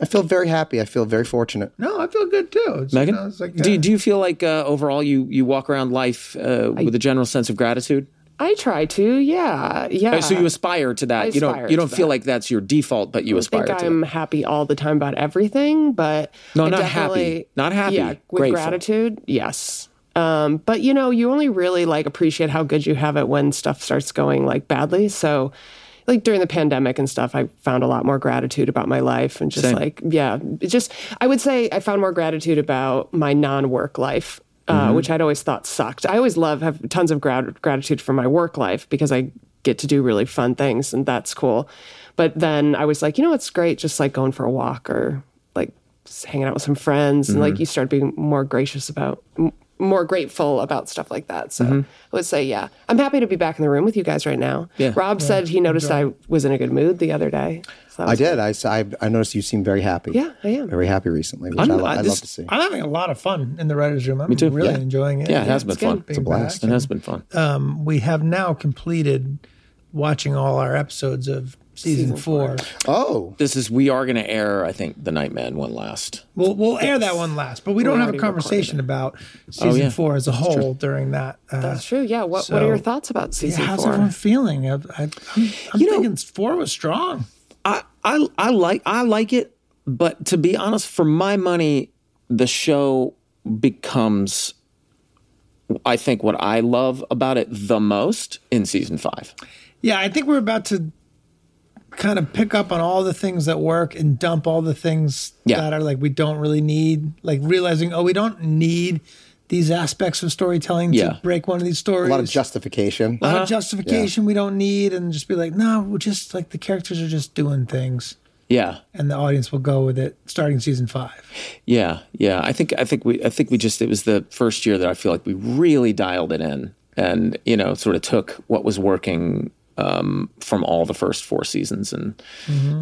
Speaker 3: I feel very happy. I feel very fortunate.
Speaker 1: No, I feel good too. It's,
Speaker 2: Megan,
Speaker 1: you know, it's like,
Speaker 2: do,
Speaker 1: uh,
Speaker 2: do you feel like uh, overall you, you walk around life uh, with a general sense of gratitude?
Speaker 4: I try to, yeah, yeah.
Speaker 2: Uh, So you aspire to that.
Speaker 4: I
Speaker 2: you
Speaker 4: aspire
Speaker 2: don't you don't
Speaker 4: to
Speaker 2: feel
Speaker 4: that.
Speaker 2: like that's your default, but you
Speaker 4: I
Speaker 2: aspire
Speaker 4: think
Speaker 2: to.
Speaker 4: I'm happy all the time about everything, but
Speaker 2: No,
Speaker 4: I
Speaker 2: not happy.
Speaker 4: definitely-
Speaker 2: Not happy.
Speaker 4: Yeah, with
Speaker 2: Grateful.
Speaker 4: gratitude, yes. Um, but you know, you only really like appreciate how good you have it when stuff starts going like badly. So, like during the pandemic and stuff, I found a lot more gratitude about my life and just
Speaker 2: Same.
Speaker 4: like yeah, it just I would say I found more gratitude about my non-work life.
Speaker 2: Mm-hmm.
Speaker 4: Uh, which I'd always thought sucked. I always love have tons of grat- gratitude for my work life because I get to do really fun things and that's cool. But then I was like, you know, it's great just like going for a walk or like just hanging out with some friends and like you start being more gracious about m- more grateful about stuff like that. So I would say, yeah, I'm happy to be back in the room with you guys right now.
Speaker 2: Yeah.
Speaker 4: Rob said he noticed I was in a good mood the other day. So that
Speaker 3: I
Speaker 4: was-
Speaker 3: did. I, s- I I noticed you seem very happy.
Speaker 4: Yeah, I am.
Speaker 3: Very happy recently, which I,
Speaker 2: I'm-
Speaker 3: lo-
Speaker 2: I-
Speaker 3: I
Speaker 2: this-
Speaker 3: love to see.
Speaker 1: I'm having a lot of fun in the writers' room. I'm
Speaker 2: too.
Speaker 1: really
Speaker 2: Yeah.
Speaker 1: enjoying it.
Speaker 2: yeah, it has been fun.
Speaker 1: It's a
Speaker 3: blast.
Speaker 2: It has been fun.
Speaker 1: Um, we have now completed watching all our episodes of season, 4 four.
Speaker 3: Oh,
Speaker 2: This is we are going to air. I think the Nightman one last.
Speaker 1: We'll we'll air that one last, but we don't have a conversation about season
Speaker 2: Oh, yeah.
Speaker 1: four as a whole during that. Uh,
Speaker 4: That's true. Yeah. What What are your
Speaker 1: so-
Speaker 4: thoughts about
Speaker 1: yeah,
Speaker 4: season
Speaker 1: how's everyone
Speaker 4: four?
Speaker 1: feeling? I, I, I'm, I'm
Speaker 2: You know-
Speaker 1: thinking four was strong.
Speaker 2: I, I I like I like it, but to be honest, for my money, the show becomes. I think what I love about it the most in season five.
Speaker 1: Yeah, I think we're about to kind of pick up on all the things that work and dump all the things
Speaker 2: Yeah.
Speaker 1: that are like we don't really need, like realizing, oh, we don't need these aspects of storytelling
Speaker 2: Yeah.
Speaker 1: to break one of uh-huh. these stories.
Speaker 3: a lot of justification.
Speaker 1: A lot of justification we don't need, and just be like, no, we're just like the characters are just doing things,
Speaker 2: Yeah,
Speaker 1: and the audience will go with it starting season five.
Speaker 2: Yeah, yeah. I think I think we I think we just it was the first year that I feel like we really dialed it in and you know sort of took what was working um, from all the first four seasons and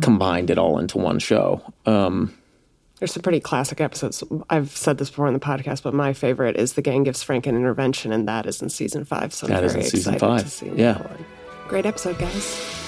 Speaker 2: combined it all into one show. Um,
Speaker 4: There's some pretty classic episodes. I've said this before on the podcast, but my favorite is the gang gives Frank an intervention, and that is in season five. So I'm
Speaker 2: That is
Speaker 4: very
Speaker 2: in season
Speaker 4: excited
Speaker 2: five.
Speaker 4: to see
Speaker 2: Yeah.
Speaker 4: that one. Great episode, guys.